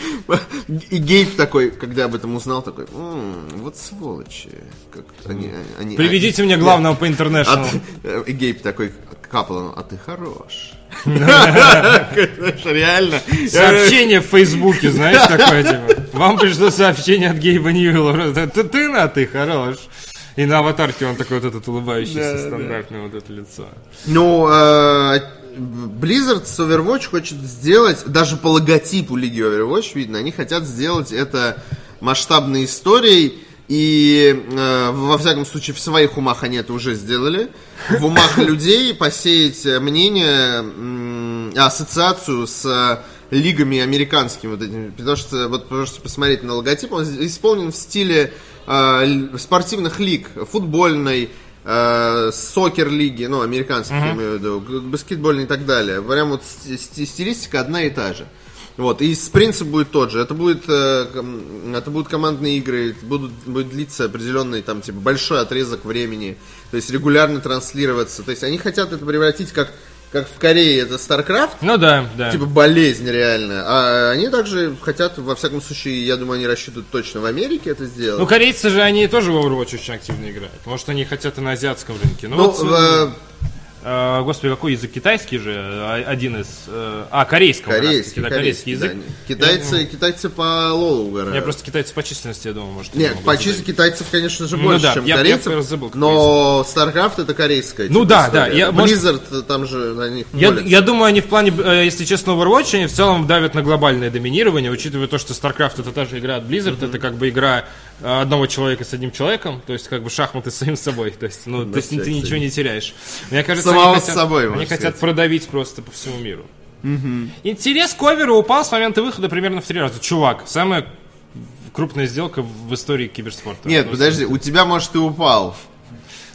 и Гейб такой, когда об этом узнал, такой, «М, вот сволочи. Как они, они,
Приведите
они-
мне главного по
А
интернешнл.
ты- э, И Гейб такой, Каплану, а ты хорош. Знаешь, Реально.
Сообщение в Фейсбуке, знаешь, такое, типа. Вам пришло сообщение от Гейба Ньюэлла. Ты, ты на ты, хорош. И на аватарке он такой вот этот улыбающийся, стандартное вот это лицо.
Ну, э, Blizzard с Overwatch хочет сделать, даже по логотипу Лиги Overwatch видно, они хотят сделать это масштабной историей, и э, во всяком случае в своих умах они это уже сделали, в умах людей посеять э, мнение, м, ассоциацию с э, лигами американскими, вот этими, потому что вот можете посмотреть на логотип, он исполнен в стиле э, л- спортивных лиг, футбольной, э, э, сокер-лиги, ну, американские, я имею в виду, к- баскетбольные и так далее. Прям вот сти- сти- стилистика одна и та же. Вот, и с- принцип будет тот же. Это, будет, э, ком- это будут командные игры, будут, будет длиться определенный там, типа, большой отрезок времени, то есть регулярно транслироваться. То есть они хотят это превратить как, как в Корее это StarCraft,
Ну да, да.
типа болезнь реально. А они также хотят, во всяком случае, я думаю, они рассчитывают точно в Америке это сделать.
Ну, корейцы же, они тоже в Overwatch очень активно играют. Может, они хотят и на азиатском рынке. Ну,
Ну,
вот,
э,
э, господи, какой язык? Китайский же, э, один из... э, а, корейского.
корейский,
да,
корейский,
корейский
да.
язык.
Китайцы, китайцы по лолу угорают.
Я просто китайцы по численности, я думаю, может... я
Нет,
могу
по
задавить.
числу китайцев, конечно же,
Ну
больше,
да,
чем
я- я
корейцев.
прям забыл, какой
но StarCraft это корейская.
Ну
типа,
да, да,
история.
я- может-
Blizzard, э, там же на них
Я,
молятся.
я думаю, они в плане, э, если честно, Overwatch, они в целом давят на глобальное доминирование, учитывая то, что StarCraft это та же игра от Blizzard, это как бы игра э, одного человека с одним человеком, то есть как бы шахматы с самим собой, то есть, ну, то есть ты
всякий
ничего не теряешь. Мне кажется,
Самого
они
с
хотят,
собой,
они
можно
хотят
сказать.
продавить просто по всему миру. Интерес к оверу упал с момента выхода примерно в три раза. Чувак, самая крупная сделка в в истории киберспорта.
Нет,
Ну,
подожди, у тебя, может, и упал.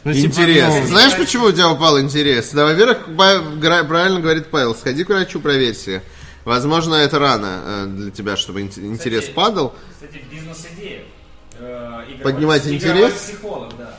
ну, типа,
Интерес.
ну,
Знаешь, почему у тебя упал интерес? Да, во-первых, ба- гра- правильно говорит Павел, сходи к врачу, проверься. Возможно, это рано э, для тебя, чтобы ин- интерес
Кстати,
падал.
Кстати, бизнес-идея. Э, игровой-
Поднимать
игровой
интерес?
психолог, да.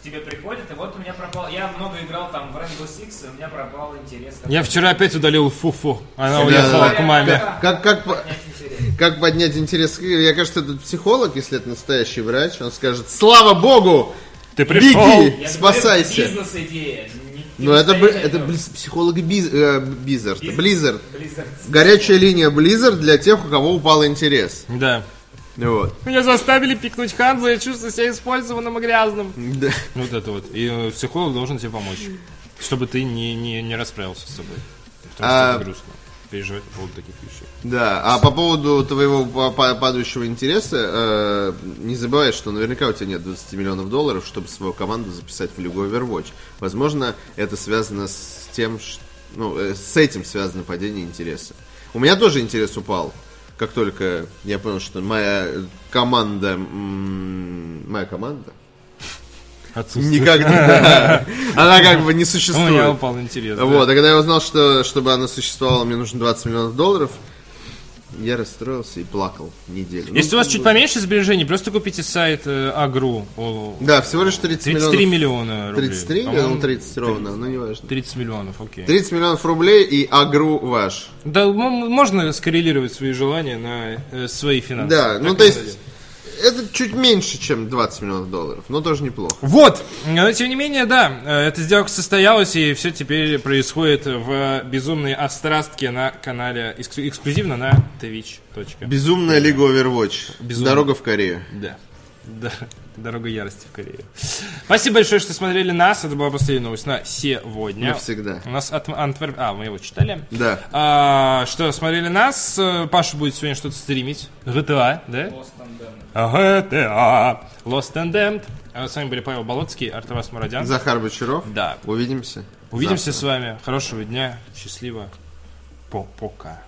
К тебе приходит, и вот у меня пропал... Я много играл там в Rainbow Six, и у меня пропал интерес.
Я вчера опять удалил фуфу. Она
Да.
уехала к маме.
Как, как, по-
Поднять интерес.
как поднять интерес к игре? Я кажется, этот психолог, если это настоящий врач, он скажет, слава богу,
Ты пришел.
беги,
Я
спасайся.
говорю, Бизнес-идея. Не-
Ну это, б-
самостоятельно.
это близ- психолог Биз- э, Blizzard.
Бизнес-
Blizzard.
Blizzard.
Горячая линия Blizzard для тех, у кого упал интерес.
Да.
Вот.
Меня заставили пикнуть Ханза, я чувствую себя использованным и грязным.
Да.
Вот это вот. И э, психолог должен тебе помочь, чтобы ты не, не, не расправился с собой. Потому что
А-
это грустно. Переживать по поводу таких вещей.
Да, а по поводу твоего па- па- падающего интереса, э, не забывай, что наверняка у тебя нет 20 миллионов долларов, чтобы свою команду записать в Лигу Overwatch. Возможно, это связано с тем, ш- ну, э, с этим связано падение интереса. У меня тоже интерес упал, как только я понял, что моя команда, м, моя команда,
Отсутствие.
никогда, она как бы не
У меня
существует.
упал интерес. да.
Вот, а когда я узнал, что чтобы она существовала, мне нужно 20 миллионов долларов, я расстроился и плакал неделю. Ну,
Если у вас чуть поменьше сбережений, просто купите сайт э, Агру. О,
Да, всего лишь 30
33
миллионов.
миллиона рублей.
33 или
По-моему,
ну, 30 ровно, ну неважно.
30 миллионов, окей.
30 миллионов рублей и агру ваш.
Да, м- можно скоррелировать свои желания на э, свои финансы.
Да, ну
Так
то
и
есть
надо.
это чуть меньше, чем 20 миллионов долларов, но тоже неплохо.
Вот, но тем не менее, да, э, эта сделка состоялась, и все теперь происходит в безумной острастке на канале, экск- эксклюзивно на Twitch.
Безумная лига Overwatch.
Безумная.
Дорога в Корею.
Да. Да. Дорога ярости в Корею. Спасибо большое, что смотрели нас. Это была последняя новость на сегодня.
Навсегда.
У нас от Антверп... А, мы его читали.
Да.
А, что, смотрели нас. Э, Паша будет сегодня что-то стримить. GTA, да?
Бостон, да.
GTA. Lost and Damned. А С вами были Павел Болоцкий, Артавас Мурадян.
Захар Бочаров.
Да.
Увидимся.
Увидимся с вами. Хорошего дня. Счастливо. По- Пока.